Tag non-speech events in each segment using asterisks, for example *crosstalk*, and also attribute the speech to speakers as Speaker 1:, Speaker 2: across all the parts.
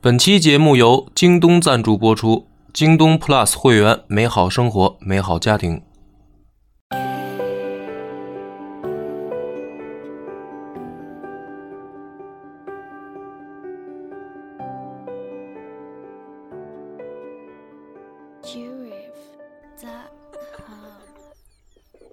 Speaker 1: 本期节目由京东赞助播出，京东 Plus 会员，美好生活，美好家庭。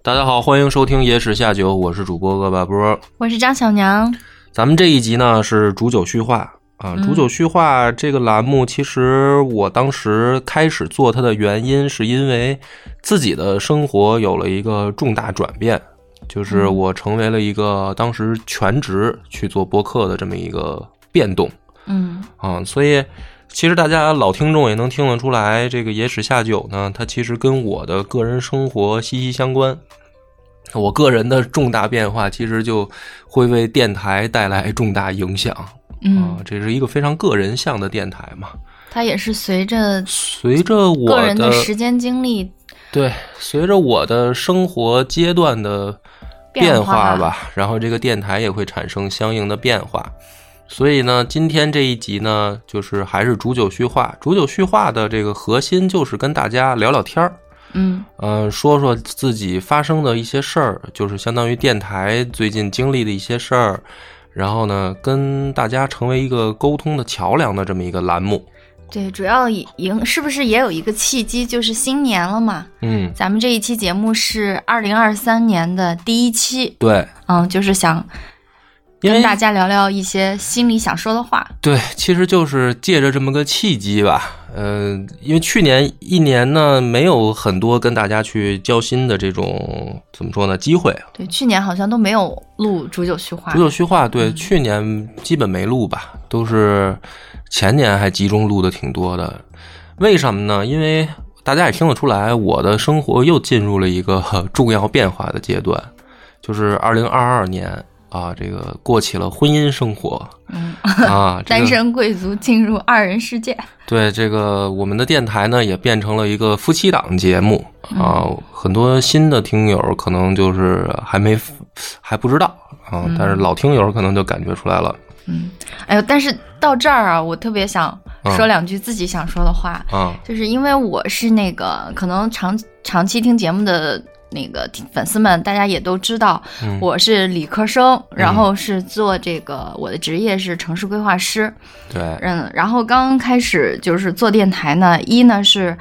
Speaker 1: 大家好，欢迎收听《野史下酒》，我是主播恶霸波。
Speaker 2: 我是张小娘，
Speaker 1: 咱们这一集呢是煮酒叙话啊，煮酒叙话这个栏目，其实我当时开始做它的原因，是因为自己的生活有了一个重大转变，就是我成为了一个当时全职去做播客的这么一个变动
Speaker 2: 嗯
Speaker 1: 啊，所以。其实大家老听众也能听得出来，这个野史下酒呢，它其实跟我的个人生活息息相关。我个人的重大变化，其实就会为电台带来重大影响啊、
Speaker 2: 嗯，
Speaker 1: 这是一个非常个人向的电台嘛。
Speaker 2: 它也是随着
Speaker 1: 随着我
Speaker 2: 个人的时间经历
Speaker 1: 对，随着我的生活阶段的变化
Speaker 2: 化
Speaker 1: 吧，，然后这个电台也会产生相应的变化。所以呢，今天这一集呢，就是还是煮酒叙话。煮酒叙话的这个核心就是跟大家聊聊天儿，
Speaker 2: 嗯
Speaker 1: 呃，说说自己发生的一些事儿，就是相当于电台最近经历的一些事儿，然后呢，跟大家成为一个沟通的桥梁的这么一个栏目。
Speaker 2: 对，主要以迎是不是也有一个契机，就是新年了嘛？
Speaker 1: 嗯，
Speaker 2: 咱们这一期节目是二零二三年的第一期，
Speaker 1: 对，
Speaker 2: 嗯，就是想
Speaker 1: 因为
Speaker 2: 跟大家聊聊一些心里想说的话，
Speaker 1: 对，其实就是借着这么个契机吧，嗯、因为去年一年呢，没有很多跟大家去交心的这种怎么说呢机会。
Speaker 2: 对，去年好像都没有录煮酒叙话
Speaker 1: 煮，酒叙话，对，
Speaker 2: 嗯
Speaker 1: 去年基本没录吧，都是前年还集中录的挺多的。为什么呢？因为大家也听得出来，我的生活又进入了一个呵重要变化的阶段，就是二零二二年啊，这个过起了婚姻生
Speaker 2: *laughs*
Speaker 1: 活
Speaker 2: 嗯，
Speaker 1: 啊，这个
Speaker 2: 单身贵族进入二人世界，
Speaker 1: 对这个，我们的电台呢也变成了一个夫妻档节目
Speaker 2: 嗯
Speaker 1: 啊，很多新的听友可能就是还没还不知道啊，但是老听友可能就感觉出来了
Speaker 2: 嗯，哎呦，但是到这儿啊，我特别想
Speaker 1: 嗯
Speaker 2: 说两句自己想说的话，
Speaker 1: 啊，
Speaker 2: 就是因为我是那个可能长长期听节目的那个听粉丝们，大家也都知道，
Speaker 1: 嗯
Speaker 2: 我是理科生，然后是做这个我的职业是城市规划师，
Speaker 1: 对，
Speaker 2: 嗯，然后刚开始就是做电台呢，一呢是。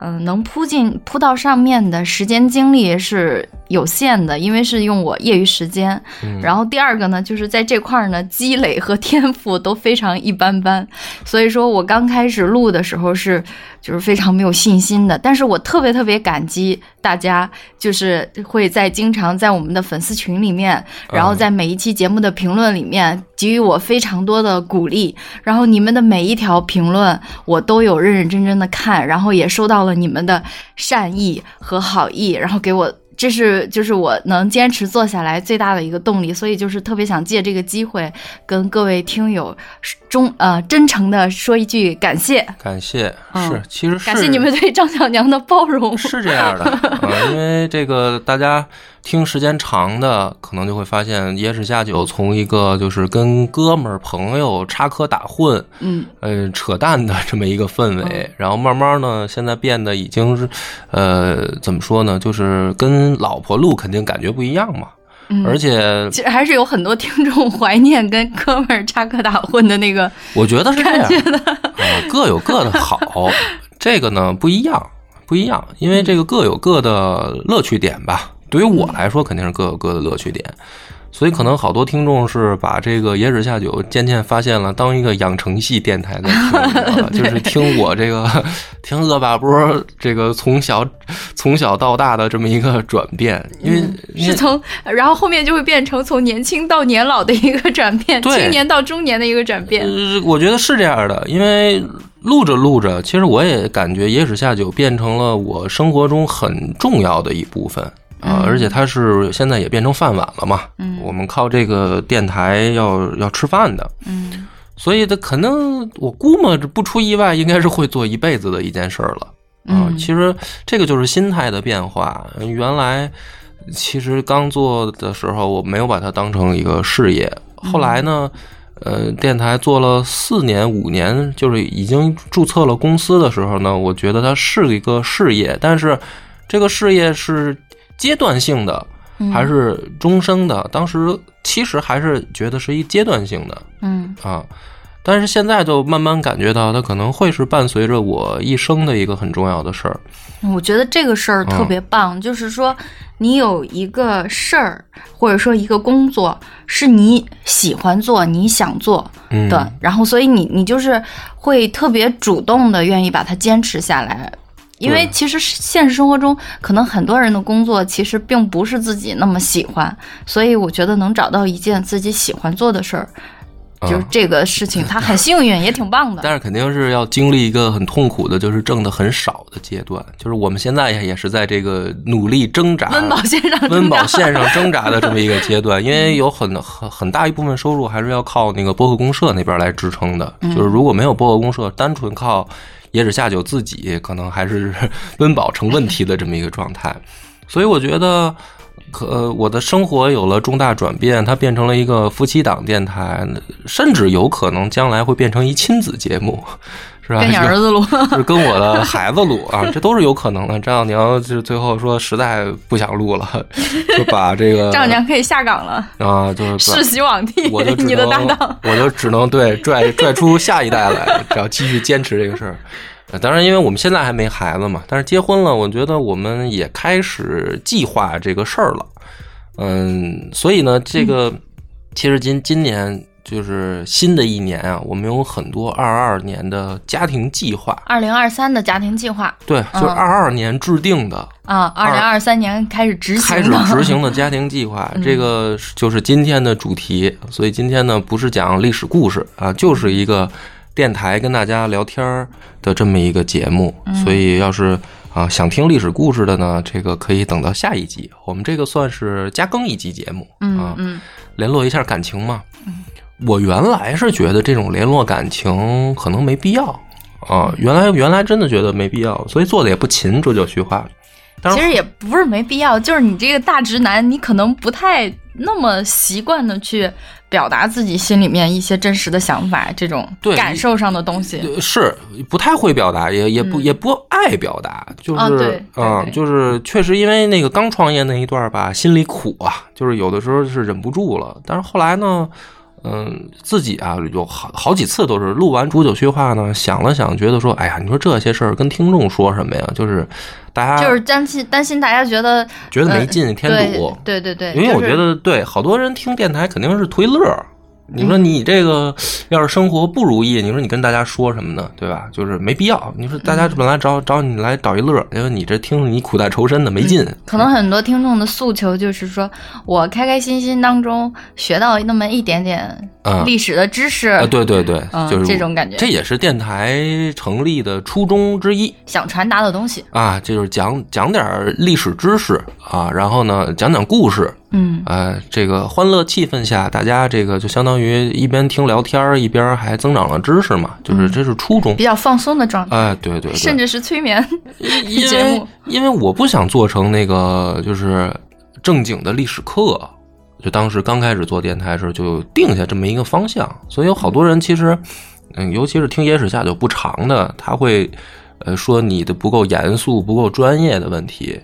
Speaker 2: 嗯，能铺进铺到上面的时间精力是有限的，因为是用我业余时间。
Speaker 1: 嗯
Speaker 2: 然后第二个呢，就是在这块儿呢，积累和 *laughs* 天赋都非常一般般，所以说我刚开始录的时候是就是非常没有信心的，但是我特别特别感激大家，就是会在经常在我们的粉丝群里面，然后在每一期节目的评论里面给予我非常多的鼓励，然后你们的每一条评论我都有认认真真的看，然后也收到了你们的善意和好意，然后给我。这是就是我能坚持做下来最大的一个动力，所以就是特别想借这个机会跟各位听友中呃真诚的说一句感谢，
Speaker 1: 感谢
Speaker 2: 嗯
Speaker 1: 是，其实是
Speaker 2: 感谢你们对张小娘的包
Speaker 1: *laughs*
Speaker 2: 容。
Speaker 1: 是这
Speaker 2: *laughs*
Speaker 1: 样的啊，因为这个大家听时间长的，可能就会发现野史下酒从一个就是跟哥们儿朋友插科打诨，
Speaker 2: 嗯，
Speaker 1: 呃，扯淡的这么一个氛围，然后慢慢呢，现在变得已经是，呃，怎么说呢，就是跟老婆录肯定感觉不一样嘛，
Speaker 2: 嗯
Speaker 1: 而且
Speaker 2: 其实还是有很多听众怀念跟哥们儿插科打诨的那个，
Speaker 1: 我觉得是这样，啊，各有各的好，这个呢不一样，不一样，因为这个各有各的乐趣点吧。对于我来说，肯定是各有各的乐趣点，所以可能好多听众是把这个野史下酒渐渐发现了当一个养成系电台的听友了，就是听我这个听恶霸波儿这个从小从小到大的这么一个转变，因为因为
Speaker 2: 嗯是从然后后面就会变成从年轻到年老的一个转变，
Speaker 1: 对
Speaker 2: 青年到中年的一个转变。
Speaker 1: 呃，我觉得是这样的，因为录着录着，其实我也感觉野史下酒变成了我生活中很重要的一部分啊、
Speaker 2: 嗯
Speaker 1: 而且它是现在也变成饭碗了嘛。
Speaker 2: 嗯
Speaker 1: 我们靠这个电台要要吃饭的，
Speaker 2: 嗯
Speaker 1: 所以它可能我估摸着不出意外，应该是会做一辈子的一件事儿了。啊、
Speaker 2: 嗯
Speaker 1: 其实这个就是心态的变化。原来其实刚做的时候，我没有把它当成一个事业，后来呢，呃电台做了四年五年，就是已经注册了公司的时候呢，我觉得它是一个事业，但是这个事业是阶段性的
Speaker 2: 嗯
Speaker 1: 还是终生的？当时其实还是觉得是一阶段性的
Speaker 2: 嗯
Speaker 1: 啊。但是现在就慢慢感觉到，它可能会是伴随着我一生的一个很重要的事儿。
Speaker 2: 嗯我觉得这个事儿特
Speaker 1: 嗯
Speaker 2: 别棒，就是说你有一个事儿或者说一个工作是你喜欢做、你想做
Speaker 1: 嗯，
Speaker 2: 的，然后所以你你就是会特别主动的愿意把它坚持下来。因为
Speaker 1: 对
Speaker 2: 其实现实生活中，可能很多人的工作其实并不是自己那么喜欢，所以我觉得能找到一件自己喜欢做的事儿，
Speaker 1: 啊
Speaker 2: 就是这个事情，他很幸运，也挺棒的。
Speaker 1: 但是肯定是要经历一个很痛苦的，就是挣的很少的阶段。就是我们现在也也是在这个努力挣扎、
Speaker 2: 温饱先生真的，
Speaker 1: 呃温饱线上挣扎的这么一个阶段，因为有很很很大一部分收入还是要靠那个播客公社那边来支撑的。就是如果没有播客公社，单纯靠野史下酒自己，可能还是 *laughs* 温饱成问题的这么一个状态。所以我觉得。可呃我的生活有了重大转变，它变成了一个夫妻档电台，甚至有可能将来会变成一亲子节目，是吧？
Speaker 2: 跟你儿子录， *laughs*
Speaker 1: 就是跟我的孩子录啊，这都是有可能的。张小娘就是最后说实在不想录
Speaker 2: *laughs*
Speaker 1: 了，就把这个
Speaker 2: 丈母娘可以下岗了。
Speaker 1: 啊，呃就是把
Speaker 2: 世袭网帝
Speaker 1: 我就，只
Speaker 2: 你的搭
Speaker 1: 能
Speaker 2: 档。
Speaker 1: 我就只能对拽拽出下一代来，只要继续坚持这个事儿。呃当然，因为我们现在还没孩子嘛，但是结婚了，我觉得我们也开始计划这个事儿了。嗯，所以呢，这个
Speaker 2: 嗯
Speaker 1: 其实今今年就是新的一年啊，我们有很多二二年的家庭计划。
Speaker 2: 二零二三的家庭计划
Speaker 1: 对，就是
Speaker 2: 嗯
Speaker 1: 二二年制定的，
Speaker 2: 啊，二零二三年开始执
Speaker 1: 开
Speaker 2: 行
Speaker 1: 始
Speaker 2: 的，嗯
Speaker 1: 执行的家庭计
Speaker 2: *laughs*
Speaker 1: 划，这个是就是今天的主题。所以今天呢，不是讲历史故事啊，就是一个电台跟大家聊天儿的这么一个节目。
Speaker 2: 嗯
Speaker 1: 所以要是啊想听历史故事的呢，这个可以等到下一集。我们这个算是加更一集节目
Speaker 2: 嗯
Speaker 1: 啊，
Speaker 2: 嗯
Speaker 1: 联络一下感情嘛。我原来是觉得这种联络感情可能没必要
Speaker 2: 嗯
Speaker 1: 啊，原来原来真的觉得没必要，所以做的也不勤，这就虚话。当
Speaker 2: 其
Speaker 1: 然
Speaker 2: 实也不是没必要，就是你这个大直男，你可能不太那么习惯的去表达自己心里面一些真实的想法，这种
Speaker 1: 对
Speaker 2: 感受上的东西。
Speaker 1: 呃是不太会表达，也也不、也不爱表达，就是
Speaker 2: 嗯啊
Speaker 1: 啊、
Speaker 2: 对对对
Speaker 1: 就是确实因为那个刚创业那一段儿吧，心里苦啊，就是有的时候是忍不住了。但是后来呢，嗯，自己啊有好好几次都是录完煮酒叙话呢，想了想，觉得说，哎呀，你说这些事儿跟听众说什么呀？就是大家
Speaker 2: 就是担心担心大家觉得
Speaker 1: 觉得没劲，添堵。
Speaker 2: 对对对对，
Speaker 1: 因为我觉
Speaker 2: 就是
Speaker 1: 得对，好多人听电台肯定是图一乐儿。你
Speaker 2: 嗯
Speaker 1: 说你这个要是生活不如意，你说你跟大家说什么呢？对吧？就是没必要。你说大
Speaker 2: 嗯
Speaker 1: 家本来找找你来找一乐儿，因为你这听着你苦大仇深的没劲。
Speaker 2: 嗯可能很多听众的诉求就是说，我开开心心当中学到那么一点点
Speaker 1: 嗯
Speaker 2: 历史的知识，
Speaker 1: 啊，对对对，
Speaker 2: 嗯
Speaker 1: 就是
Speaker 2: 这种感觉
Speaker 1: 这也是电台成立的初衷之一
Speaker 2: 想传达的东西。
Speaker 1: 啊，这就是讲讲点儿历史知识啊，然后呢讲讲故事，
Speaker 2: 嗯，
Speaker 1: 呃，这个欢乐气氛下，大家这个就相当于一边听聊天儿，一边还增长了知识嘛，
Speaker 2: 嗯
Speaker 1: 就是这是初衷
Speaker 2: 比。较放松的状态，
Speaker 1: 哎，对对对，
Speaker 2: 甚至是催眠。
Speaker 1: 因
Speaker 2: 节
Speaker 1: 为
Speaker 2: 目
Speaker 1: 因为我不想做成那个就是正经的历史课，就当时刚开始做电台时候就定下这么一个方向，所以有好多人其实，嗯，尤其是听野史下酒不长的，他会呃说你的不够严肃、不够专业的问题，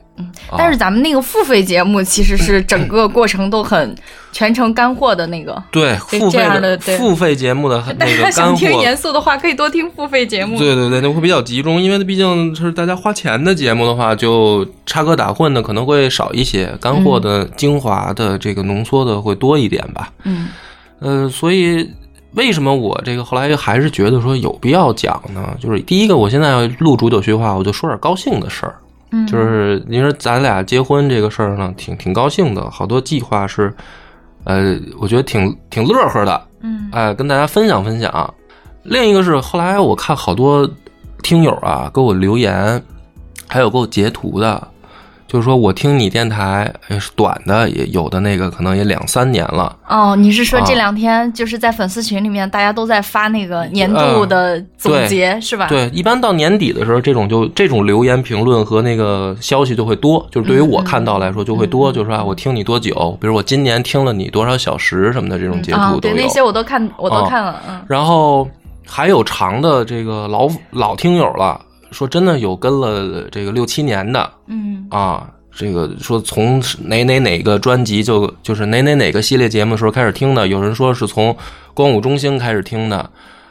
Speaker 1: 啊
Speaker 2: 但是咱们那个付费节目其实是整个过程都很全程干货的那个。
Speaker 1: 对
Speaker 2: 对
Speaker 1: 付
Speaker 2: 这
Speaker 1: 费
Speaker 2: 样的对
Speaker 1: 付费节目的
Speaker 2: 大
Speaker 1: 那
Speaker 2: 家
Speaker 1: 个
Speaker 2: 想
Speaker 1: 干货
Speaker 2: 听。严肃的话，可以多听付费节目。
Speaker 1: 对对对，那会比较集中，因为毕竟是大家花钱的节目的话，就插科打诨的可能会少一些，干货的、嗯精华的这个浓缩的会多一点吧。
Speaker 2: 嗯，
Speaker 1: 呃，所以为什么我这个后来还是觉得说有必要讲呢？就是第一个，我现在要录煮酒叙话，我就说点高兴的事儿。
Speaker 2: 嗯
Speaker 1: 就是你说咱俩结婚这个事儿呢，挺挺高兴的，好多计划是，呃，我觉得挺挺乐呵的，
Speaker 2: 嗯，
Speaker 1: 哎，跟大家分享分享。另一个是后来我看好多听友啊给我留言，还有给我截图的，就是说我听你电台，哎是短的也有的那个可能也两三年了，
Speaker 2: 哦，你是说
Speaker 1: 啊
Speaker 2: 这两天就是在粉丝群里面，大家都在发那个年度
Speaker 1: 嗯
Speaker 2: 的总
Speaker 1: 对
Speaker 2: 结、是吧？
Speaker 1: 对，一般到年底的时候，这种就这种留言评论和那个消息就会多，就是对于
Speaker 2: 嗯
Speaker 1: 我看到来说就会多，就是说啊，我听你多久，比如我今年听了你多少小时什么的，这种截
Speaker 2: 啊、
Speaker 1: 图都
Speaker 2: 对
Speaker 1: 有。
Speaker 2: 那些我都看，我都
Speaker 1: 啊
Speaker 2: 看了，嗯。
Speaker 1: 然后还有长的这个老老听友了，说真的有跟了这个六七年的
Speaker 2: 嗯，
Speaker 1: 啊。这个说从哪哪哪个专辑就就是哪哪哪个系列节目的时候开始听的，有人说是从《光武中兴》开始听的，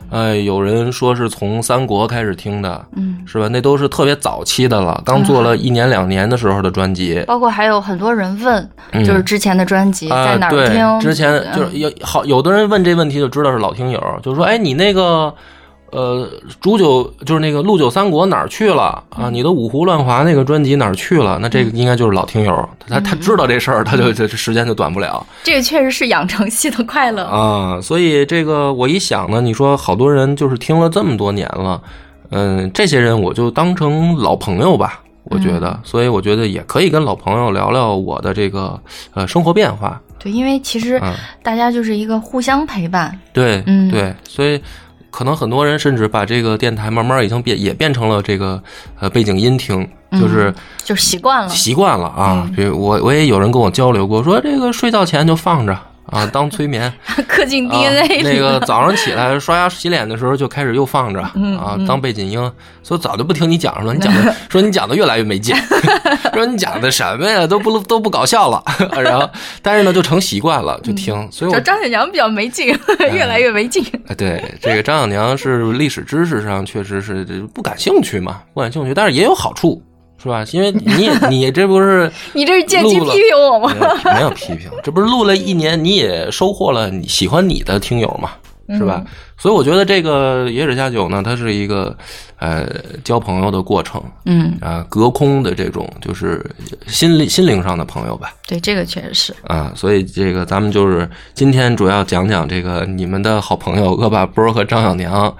Speaker 1: 呃，有人说是从《三国》开始听的，
Speaker 2: 嗯，
Speaker 1: 是吧？那都是特别早期的了，刚做了一年两年的时候的专辑，
Speaker 2: 包括还有很多人问，
Speaker 1: 嗯
Speaker 2: 就是之前的专辑在
Speaker 1: 啊，
Speaker 2: 哪儿
Speaker 1: 对
Speaker 2: 听？，嗯
Speaker 1: 之前就是有好有的人问这问题就知道是老听友，就说哎，你那个呃，煮酒就是那个陆九三国哪儿去了啊？
Speaker 2: 嗯
Speaker 1: 你的五胡乱华那个专辑哪儿去了？那这个应该就是老听友，他
Speaker 2: 嗯
Speaker 1: 他知道这事儿，他就这这时间就短不了
Speaker 2: 这个确实是养成系的快乐。
Speaker 1: 啊。所以这个我一想呢，你说好多人就是听了这么多年了，嗯，这些人我就当成老朋友吧。我觉
Speaker 2: 嗯
Speaker 1: 得，所以我觉得也可以跟老朋友聊聊我的这个呃生活变化，
Speaker 2: 对，因为其实
Speaker 1: 嗯，
Speaker 2: 大家就是一个互相陪伴。
Speaker 1: 对，
Speaker 2: 嗯
Speaker 1: 对，所以可能很多人甚至把这个电台慢慢已经变也变成了这个呃背景音听，就是
Speaker 2: 嗯就习惯了，
Speaker 1: 习惯了啊。
Speaker 2: 嗯
Speaker 1: 比如我我也有人跟我交流过，说这个睡觉前就放着。啊，当催眠
Speaker 2: *laughs* 刻进
Speaker 1: 啊
Speaker 2: DNA 里、
Speaker 1: 那个早上起来刷牙洗脸的时候就开始又放着
Speaker 2: 嗯
Speaker 1: 啊，当背景音。说早就不听你讲什么，你讲
Speaker 2: *laughs*
Speaker 1: 的说你讲的越来越没劲， *laughs* 说你讲的什么呀，都不都不搞笑了。 *laughs* 然后，但是呢，就成习惯了，就听。所以我
Speaker 2: 嗯
Speaker 1: 哎
Speaker 2: 就张小娘比较没劲，越来越没劲。
Speaker 1: 啊，对，这个张小娘是历史知识上确实是这不感兴趣嘛，不感兴趣，但是也有好处，是吧？因为你也你这不是
Speaker 2: 你这是借机批
Speaker 1: 录了
Speaker 2: 评我吗？
Speaker 1: 没有没有批评，这不是录了一年，你也收获了你喜欢你的听友嘛，是吧？所以我觉得这个野史下酒呢，它是一个呃交朋友的过程
Speaker 2: 嗯，
Speaker 1: 啊、隔空的这种就是心理心灵上的朋友吧。
Speaker 2: 对，这个确实是。
Speaker 1: 啊，所以这个咱们就是今天主要讲讲这个你们的好朋友恶霸波和张小娘，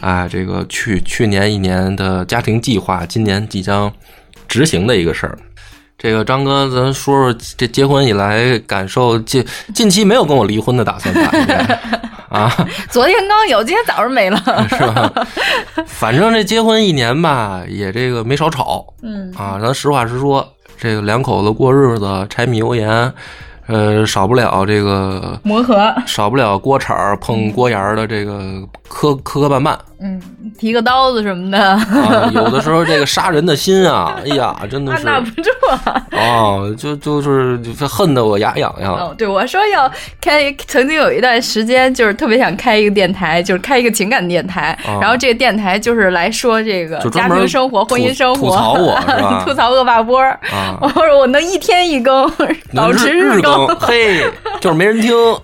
Speaker 1: 啊，这个去去年一年的家庭计划，今年即将执行的一个事儿。这个张哥，咱说说这结婚以来感受，近近期没有跟我离婚的打算吧？应该啊，
Speaker 2: 昨天刚有，今天早上没了。
Speaker 1: 是吧？反正这结婚一年吧，也这个没少吵，
Speaker 2: 嗯，
Speaker 1: 啊，咱实话实说，这个两口子过日子，柴米油盐，呃，少不了这个，
Speaker 2: 磨合。
Speaker 1: 少不了锅铲儿碰锅沿儿的这个磕磕磕绊绊
Speaker 2: 嗯，提个刀子什么的， *laughs*
Speaker 1: 啊，有的时候这个杀人的心啊，哎呀，真的
Speaker 2: 按
Speaker 1: 是
Speaker 2: 捺不住啊。
Speaker 1: 哦，就就是就是恨得我牙痒痒。啊
Speaker 2: 哦，对，我说要开，曾经有一段时间就是特别想开一个电台，就是开一个情感电台，
Speaker 1: 哦
Speaker 2: 然后这个电台就是来说这个
Speaker 1: 就
Speaker 2: 家
Speaker 1: 专门
Speaker 2: 庭生活、
Speaker 1: 吐
Speaker 2: 婚姻生活，
Speaker 1: 吐
Speaker 2: *laughs*
Speaker 1: 槽我是吧
Speaker 2: 吐槽恶霸波儿。
Speaker 1: 啊
Speaker 2: 我说我能一天一更，保持
Speaker 1: 日
Speaker 2: 更。
Speaker 1: 嘿，就是没人听， *laughs*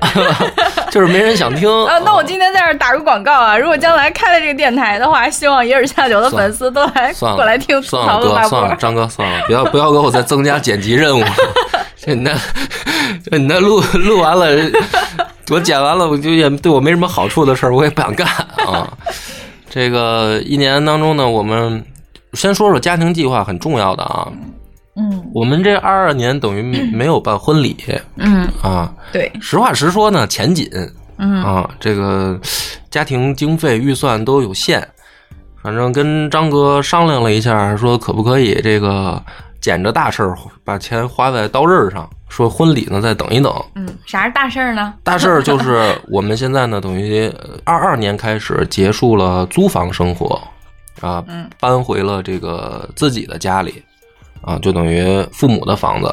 Speaker 1: 就是没人想听
Speaker 2: *laughs* 啊，那我今天在这儿打个广告啊！如果将来开了这个电台的话，希望野尔下酒的粉丝都来
Speaker 1: 算了，
Speaker 2: 过来听吐
Speaker 1: 算
Speaker 2: 槽
Speaker 1: 了
Speaker 2: 恶霸
Speaker 1: 哥，
Speaker 2: 波
Speaker 1: 算了
Speaker 2: 儿。
Speaker 1: 张哥，算了，不要不要给我再增加剪辑任务了。这你那，这你那录录完了，我剪完了，我就也对我没什么好处的事儿，我也不想干啊。这个一年当中呢，我们先说说家庭计划很重要的啊。
Speaker 2: 嗯
Speaker 1: 我们这二二年等于没有办婚礼
Speaker 2: 嗯，
Speaker 1: 啊。
Speaker 2: 对，
Speaker 1: 实话实说呢，钱紧，
Speaker 2: 嗯
Speaker 1: 啊，这个家庭经费预算都有限，反正跟张哥商量了一下，说可不可以这个捡着大事儿把钱花在刀刃上，说婚礼呢再等一等。
Speaker 2: 嗯，啥是大事儿呢？
Speaker 1: 大事儿就是
Speaker 2: *laughs*
Speaker 1: 我们现在呢，等于二二年开始结束了租房生活，啊
Speaker 2: 嗯，
Speaker 1: 搬回了这个自己的家里，啊，就等于父母的房子，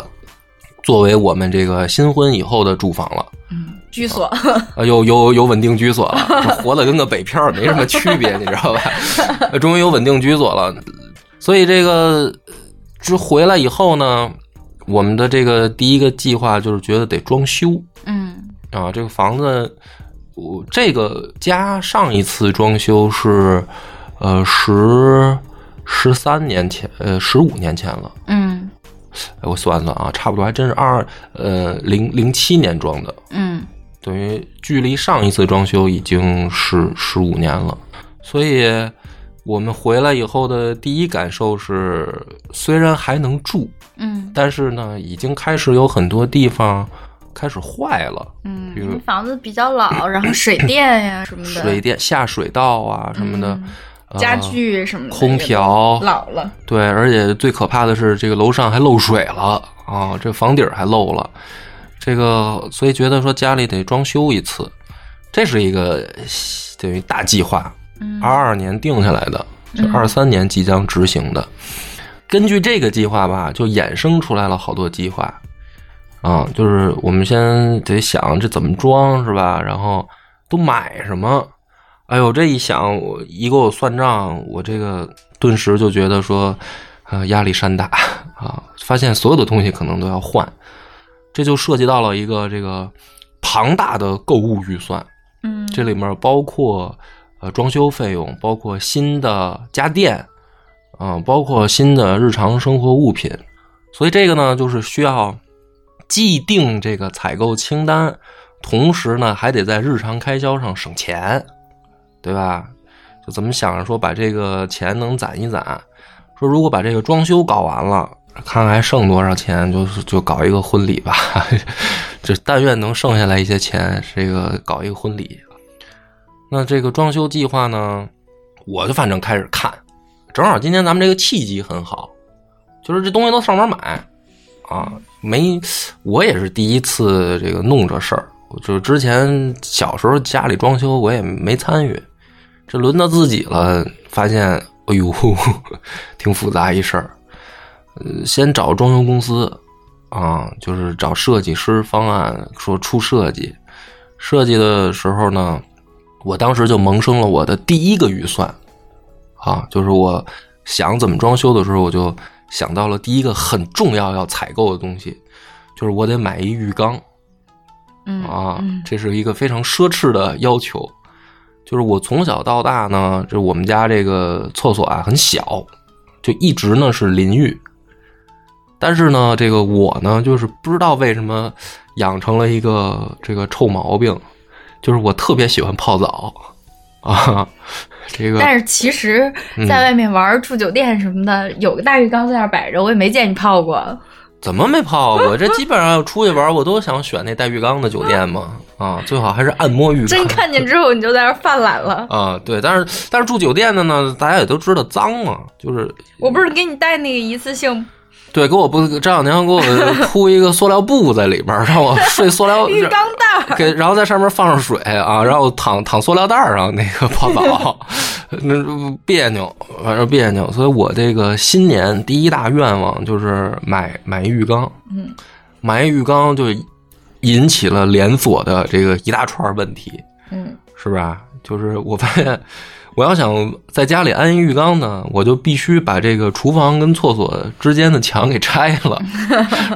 Speaker 1: 作为我们这个新婚以后的住房了。
Speaker 2: 嗯，居所。
Speaker 1: 啊，有有有稳定居所了，活得跟个北漂儿没什么区别，你知道吧？ *laughs* 呃终于有稳定居所了，所以这个呃这回来以后呢，我们的这个第一个计划就是觉得得装修
Speaker 2: 嗯
Speaker 1: 啊，这个房子，我这个家上一次装修是呃十十三年前，呃十五年前了，
Speaker 2: 嗯
Speaker 1: 哎我算算啊，差不多还真是二呃零零七年装的，
Speaker 2: 嗯
Speaker 1: 等于距离上一次装修已经是十五年了，所以我们回来以后的第一感受是，虽然还能住，
Speaker 3: 嗯
Speaker 1: 但是呢，已经开始有很多地方开始坏了，
Speaker 3: 嗯，
Speaker 1: 比
Speaker 3: 因为
Speaker 1: 如
Speaker 3: 房子比较老，然后水电
Speaker 1: *clears throat*
Speaker 3: 呀什么的，
Speaker 1: 水电、下水道啊什么的，
Speaker 3: 嗯
Speaker 1: 呃
Speaker 2: 家、具什么的，
Speaker 1: 空调，
Speaker 2: 老了，
Speaker 1: 对，而且最可怕的是，这个楼上还漏水了啊，这房顶儿还漏了，这个所以觉得说家里得装修一次，这是一个等于大计划，
Speaker 3: 嗯
Speaker 1: 二二年定下来的，就
Speaker 3: 嗯
Speaker 1: 二三年即将执行的。根据这个计划吧，就衍生出来了好多计划啊，就是我们先得想这怎么装是吧？然后都买什么？哎呦，这一想，我一给我算账，我这个顿时就觉得说，呃，压力山大啊，发现所有的东西可能都要换，这就涉及到了一个这个庞大的购物预算。
Speaker 3: 嗯，
Speaker 1: 这里面包括呃装修费用，包括新的家电，嗯、包括新的日常生活物品，所以这个呢，就是需要既定这个采购清单，同时呢，还得在日常开销上省钱，对吧？就怎么想着说把这个钱能攒一攒，说如果把这个装修搞完了，看看还剩多少钱，就是就搞一个婚礼吧。 *laughs* 这但愿能剩下来一些钱，这个搞一个婚礼。那这个装修计划呢，我就反正开始看，正好今天咱们这个契机很好，就是这东西都上网买啊，没我也是第一次这个弄这事儿，我就之前小时候家里装修我也没参与，这轮到自己了，发现哎呦， *laughs* 挺复杂一事儿。呃，先找装修公司啊，就是找设计师方案，说出设计。设计的时候呢，我当时就萌生了我的第一个预算啊，就是我想怎么装修的时候，我就想到了第一个很重要要采购的东西，就是我得买一浴缸。
Speaker 3: 嗯
Speaker 1: 啊
Speaker 3: 嗯，
Speaker 1: 这是一个非常奢侈的要求。就是我从小到大呢，就是我们家这个厕所啊很小，就一直呢是淋浴。但是呢，这个我呢，就是不知道为什么养成了一个这个臭毛病，就是我特别喜欢泡澡啊。这个嗯
Speaker 2: 但是其实
Speaker 3: 在外面玩儿住酒店什么的，有个大浴缸在那儿摆着，我也没见你泡过。
Speaker 1: *laughs* 怎么没泡过？这基本上出去玩，我都想选那带浴缸的酒店嘛啊，最好还是按摩浴缸。
Speaker 2: 真看见之后你就在那儿犯懒 *laughs* 了。
Speaker 1: 啊，对，但是但是住酒店的呢，大家也都知道脏嘛，就是
Speaker 2: 我不是给你带那个一次性
Speaker 1: 对，给我不这两天给我铺一个塑料布在里边儿，让我睡塑
Speaker 2: *laughs*
Speaker 1: 料
Speaker 2: 浴缸袋儿，
Speaker 1: 给，然后在上面放上水啊，然后躺躺塑料袋儿上那个泡澡，那别扭，反正别扭。所以我这个新年第一大愿望就是买买一浴缸，
Speaker 2: 嗯，
Speaker 1: 买一浴缸就引起了连锁的这个一大串儿问题，
Speaker 2: 嗯，
Speaker 1: 是不是啊？就是我发现，我要想在家里安一浴缸呢，我就必须把这个厨房跟厕所之间的墙给拆了，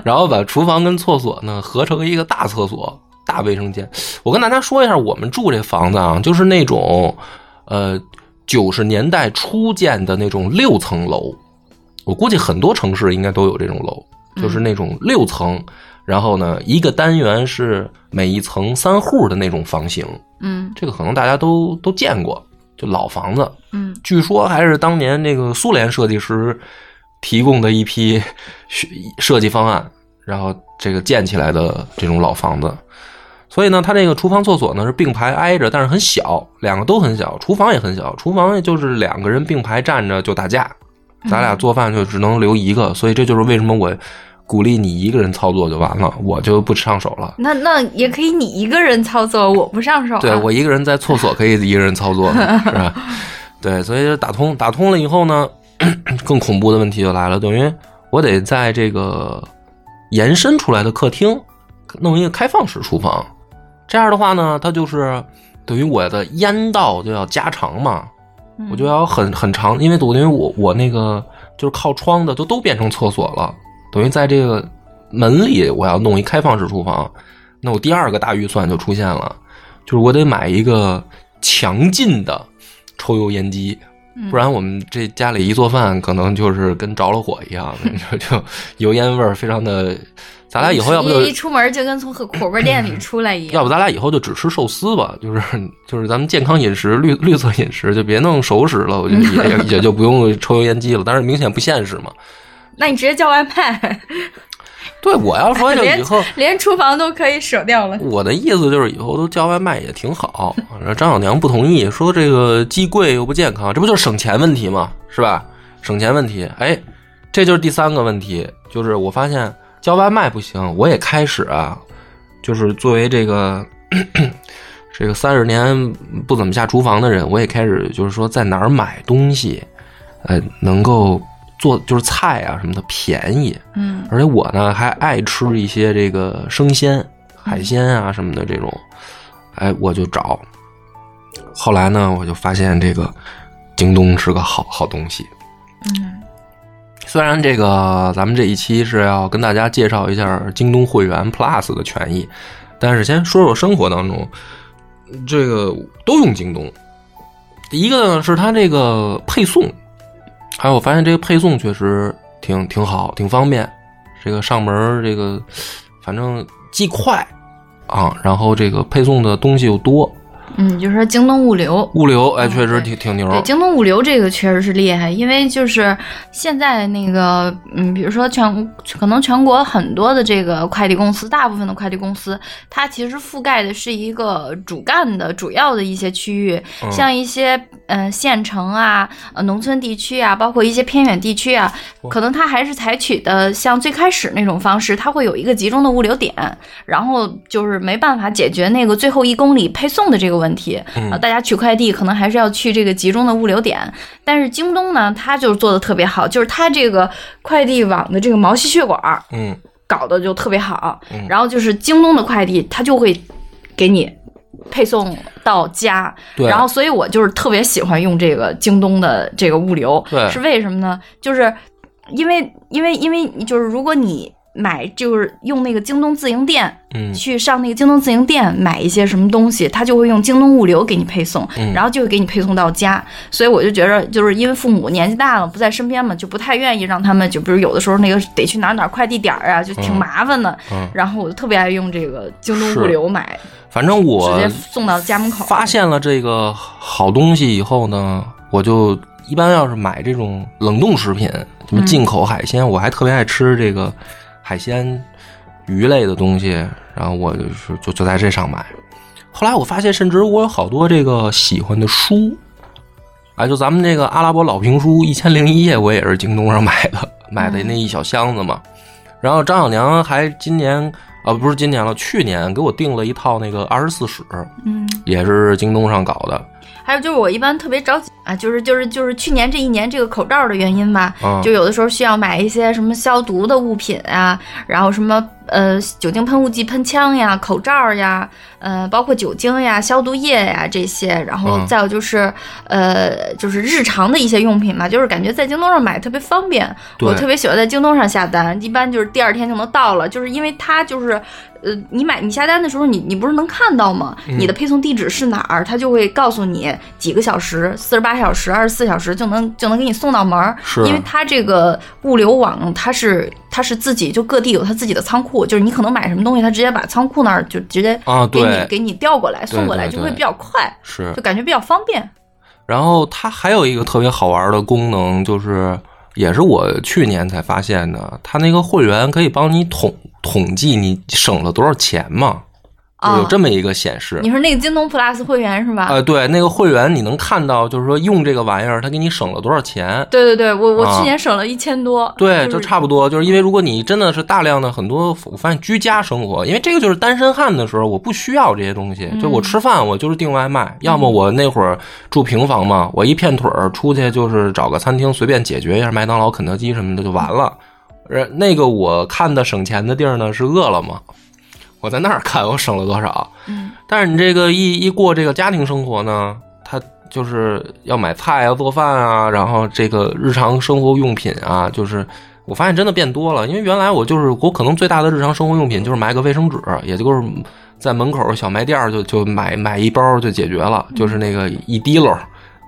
Speaker 1: 然后把厨房跟厕所呢合成一个大厕所、大卫生间。我跟大家说一下，我们住这房子啊，就是那种，呃，九十年代初建的那种六层楼，我估计很多城市应该都有这种楼，就是那种六层，然后呢，一个单元是每一层三户的那种房型。
Speaker 3: 嗯
Speaker 1: 这个可能大家都都见过，就老房子，
Speaker 3: 嗯
Speaker 1: 据说还是当年那个苏联设计师提供的一批设设计方案，然后这个建起来的这种老房子。所以呢，它这个厨房、厕所呢是并排挨着，但是很小，两个都很小，厨房也很小，厨房也就是两个人并排站着就打架，咱俩做饭就只能留一个，所以这就是为什么我鼓励你一个人操作就完了，我就不上手了。
Speaker 2: 那那也可以你一个人操作，我不上手、啊。
Speaker 1: 对我一个人在厕所可以一个人操作，
Speaker 2: *laughs*
Speaker 1: 是吧？对，所以就打通打通了以后呢， *clears throat* 更恐怖的问题就来了，等于我得在这个延伸出来的客厅弄一个开放式厨房，这样的话呢，它就是等于我的烟道就要加长嘛，我就要很很长，因为我因为我我那个就是靠窗的就都变成厕所了，等于在这个门里我要弄一开放式厨房，那我第二个大预算就出现了，就是我得买一个强劲的抽油烟机不然我们这家里一做饭，可能就是跟着了火一样， *laughs* 就就油烟味儿非常的。咱俩以后要不就嗯
Speaker 4: 一出门就跟从火火锅店里出来一样。
Speaker 1: 要不咱俩以后就只吃寿司吧，就是就是咱们健康饮食、绿绿色饮食，就别弄熟食了。我觉得也也也就不用抽油烟机了，但是明显不现实嘛。
Speaker 4: 那你直接叫外卖。
Speaker 1: 对，我要说就以后
Speaker 4: 连厨房都可以舍掉了。
Speaker 1: 我的意思就是以后都叫外卖也挺好。然后张小娘不同意，说这个鸡贵又不健康，这不就是省钱问题吗？是吧？省钱问题，哎，这就是第三个问题，就是我发现叫外卖不行，我也开始啊，就是作为这个这个三十年不怎么下厨房的人，我也开始就是说在哪儿买东西，呃，能够。做就是菜啊什么的便宜，
Speaker 2: 嗯，
Speaker 1: 而且我呢还爱吃一些这个生鲜、海鲜啊什么的这种，哎，我就找。后来呢，我就发现这个京东是个好好东西。
Speaker 2: 嗯，
Speaker 1: 虽然这个咱们这一期是要跟大家介绍一下京东会员 Plus 的权益，但是先说说生活当中，这个都用京东。一个呢是它这个配送。还有，我发现这个配送确实挺挺好，挺方便。这个上门这个反正既快啊，然后这个配送的东西又多。
Speaker 2: 嗯，就是说京东物流，
Speaker 1: 物流哎，确实挺挺牛。
Speaker 2: 嗯对，京东物流这个确实是厉害，因为就是现在那个，嗯，比如说全可能全国很多的这个快递公司，大部分的快递公司，它其实覆盖的是一个主干的主要的一些区域，
Speaker 1: 嗯
Speaker 2: 像一些嗯、呃县城啊、呃农村地区啊，包括一些偏远地区啊，可能它还是采取的像最开始那种方式，它会有一个集中的物流点，然后就是没办法解决那个最后一公里配送的这个问题。
Speaker 1: 嗯
Speaker 2: 啊，大家取快递可能还是要去这个集中的物流点，但是京东呢，它就是做的特别好，就是它这个快递网的这个毛细血管儿
Speaker 1: 嗯
Speaker 2: 搞得就特别好
Speaker 1: 嗯，
Speaker 2: 然后就是京东的快递，它就会给你。配送到家，
Speaker 1: 对
Speaker 2: 然后所以我就是特别喜欢用这个京东的这个物流，
Speaker 1: 对
Speaker 2: 是为什么呢？就是因为因为因为就是如果你买就是用那个京东自营店，
Speaker 1: 嗯
Speaker 2: 去上那个京东自营店买一些什么东西，他就会用京东物流给你配送，
Speaker 1: 嗯
Speaker 2: 然后就会给你配送到家。所以我就觉着，就是因为父母年纪大了不在身边嘛，就不太愿意让他们就比如有的时候那个得去哪儿哪儿快递点儿啊，就挺
Speaker 1: 嗯
Speaker 2: 麻烦的。
Speaker 1: 嗯，
Speaker 2: 然后我就特别爱用这个京东物
Speaker 1: 是
Speaker 2: 流买，
Speaker 1: 反正
Speaker 2: 直
Speaker 1: 我
Speaker 2: 接送到家门口。
Speaker 1: 发现了这个好东西以后呢，我就一般要是买这种冷冻食品，什么进口海鲜，我还特别爱吃这个海鲜鱼类的东西，然后我就是就就在这上买。后来我发现，甚至我有好多这个喜欢的书，哎，就咱们这个阿拉伯老评书《一千零一夜》，我也是京东上买的，买的那一小箱子嘛。然后张小娘还今年啊、不是今年了，去年给我订了一套那个《二十四史》，
Speaker 2: 嗯，
Speaker 1: 也是京东上搞的，
Speaker 2: 还有就是我一般特别着急啊，就是就是就是去年这一年这个口罩的原因吧，
Speaker 1: 嗯
Speaker 2: 啊就有的时候需要买一些什么消毒的物品啊，然后什么呃酒精喷雾剂、喷枪呀、口罩呀，呃包括酒精呀、消毒液呀这些，然后
Speaker 1: 嗯
Speaker 2: 再有就是、呃就是日常的一些用品嘛，就是感觉在京东上买特别方便，
Speaker 1: 对
Speaker 2: 我特别喜欢在京东上下单，一般就是第二天就能到了，就是因为它就是。呃，你买你下单的时候，你你不是能看到吗？
Speaker 1: 嗯
Speaker 2: 你的配送地址是哪儿，它就会告诉你几个小时，四十八小时、二十四小时就能就能给你送到门儿。
Speaker 1: 是
Speaker 2: 因为它这个物流网，它是它是自己就各地有它自己的仓库，就是你可能买什么东西，它直接把仓库那儿就直接
Speaker 1: 啊
Speaker 2: 给你、
Speaker 1: 对
Speaker 2: 给你调过来送过来，
Speaker 1: 对对
Speaker 2: 就会
Speaker 1: 对
Speaker 2: 比较快，
Speaker 1: 是
Speaker 2: 就感觉比较方便。
Speaker 1: 然后它还有一个特别好玩的功能，就是也是我去年才发现的，它那个会员可以帮你统统计你省了多少钱嘛，
Speaker 2: 啊
Speaker 1: 有这么一个显示。
Speaker 2: 你说那个京东 Plus 会员是吧？
Speaker 1: 呃，对，那个会员你能看到，就是说用这个玩意儿，它给你省了多少钱。
Speaker 2: 对对对，我我
Speaker 1: 啊
Speaker 2: 去年省了一千多，
Speaker 1: 对，
Speaker 2: 就
Speaker 1: 就是差不多，就是因为如果你真的是大量的很多，我发现居家生活，因为这个就是单身汉的时候，我不需要这些东西，就我吃饭我就是订外卖，要么我那会儿住平房嘛，我一片腿儿出去就是找个餐厅随便解决一下，麦当劳、肯德基什么的就完了。呃，那个我看的省钱的地儿呢是饿了么，我在那儿看我省了多少。
Speaker 2: 嗯，
Speaker 1: 但是你这个一一过这个家庭生活呢，它就是要买菜啊、做饭啊，然后这个日常生活用品啊，就是我发现真的变多了。因为原来我就是我可能最大的日常生活用品就是买个卫生纸，也就是在门口小卖店儿就就买买一包就解决了，就是那个一滴漏。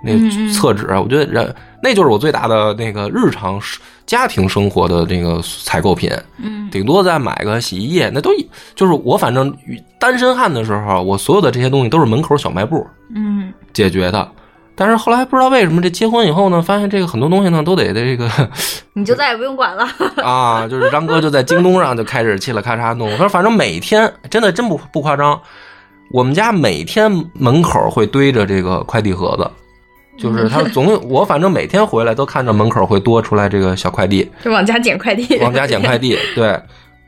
Speaker 1: 那个厕纸啊，我觉得人那就是我最大的那个日常生家庭生活的那个采购品，
Speaker 2: 嗯，
Speaker 1: 顶多再买个洗衣液，那都就是我反正单身汉的时候，啊我所有的这些东西都是门口小卖部
Speaker 2: 嗯，
Speaker 1: 解决的。但是后来不知道为什么，这结婚以后呢，发现这个很多东西呢都得这个 *laughs*
Speaker 2: 你就再也不用管了。
Speaker 1: 啊，就是张哥就在京东上就开始嘁了咔嚓弄。他说，反正每天真的真不不夸张，我们家每天门口会堆着这个快递盒子，就是他总有我反正每天回来都看着门口会多出来这个小快递，
Speaker 2: 就往家捡快递，
Speaker 1: 往家捡快递，对。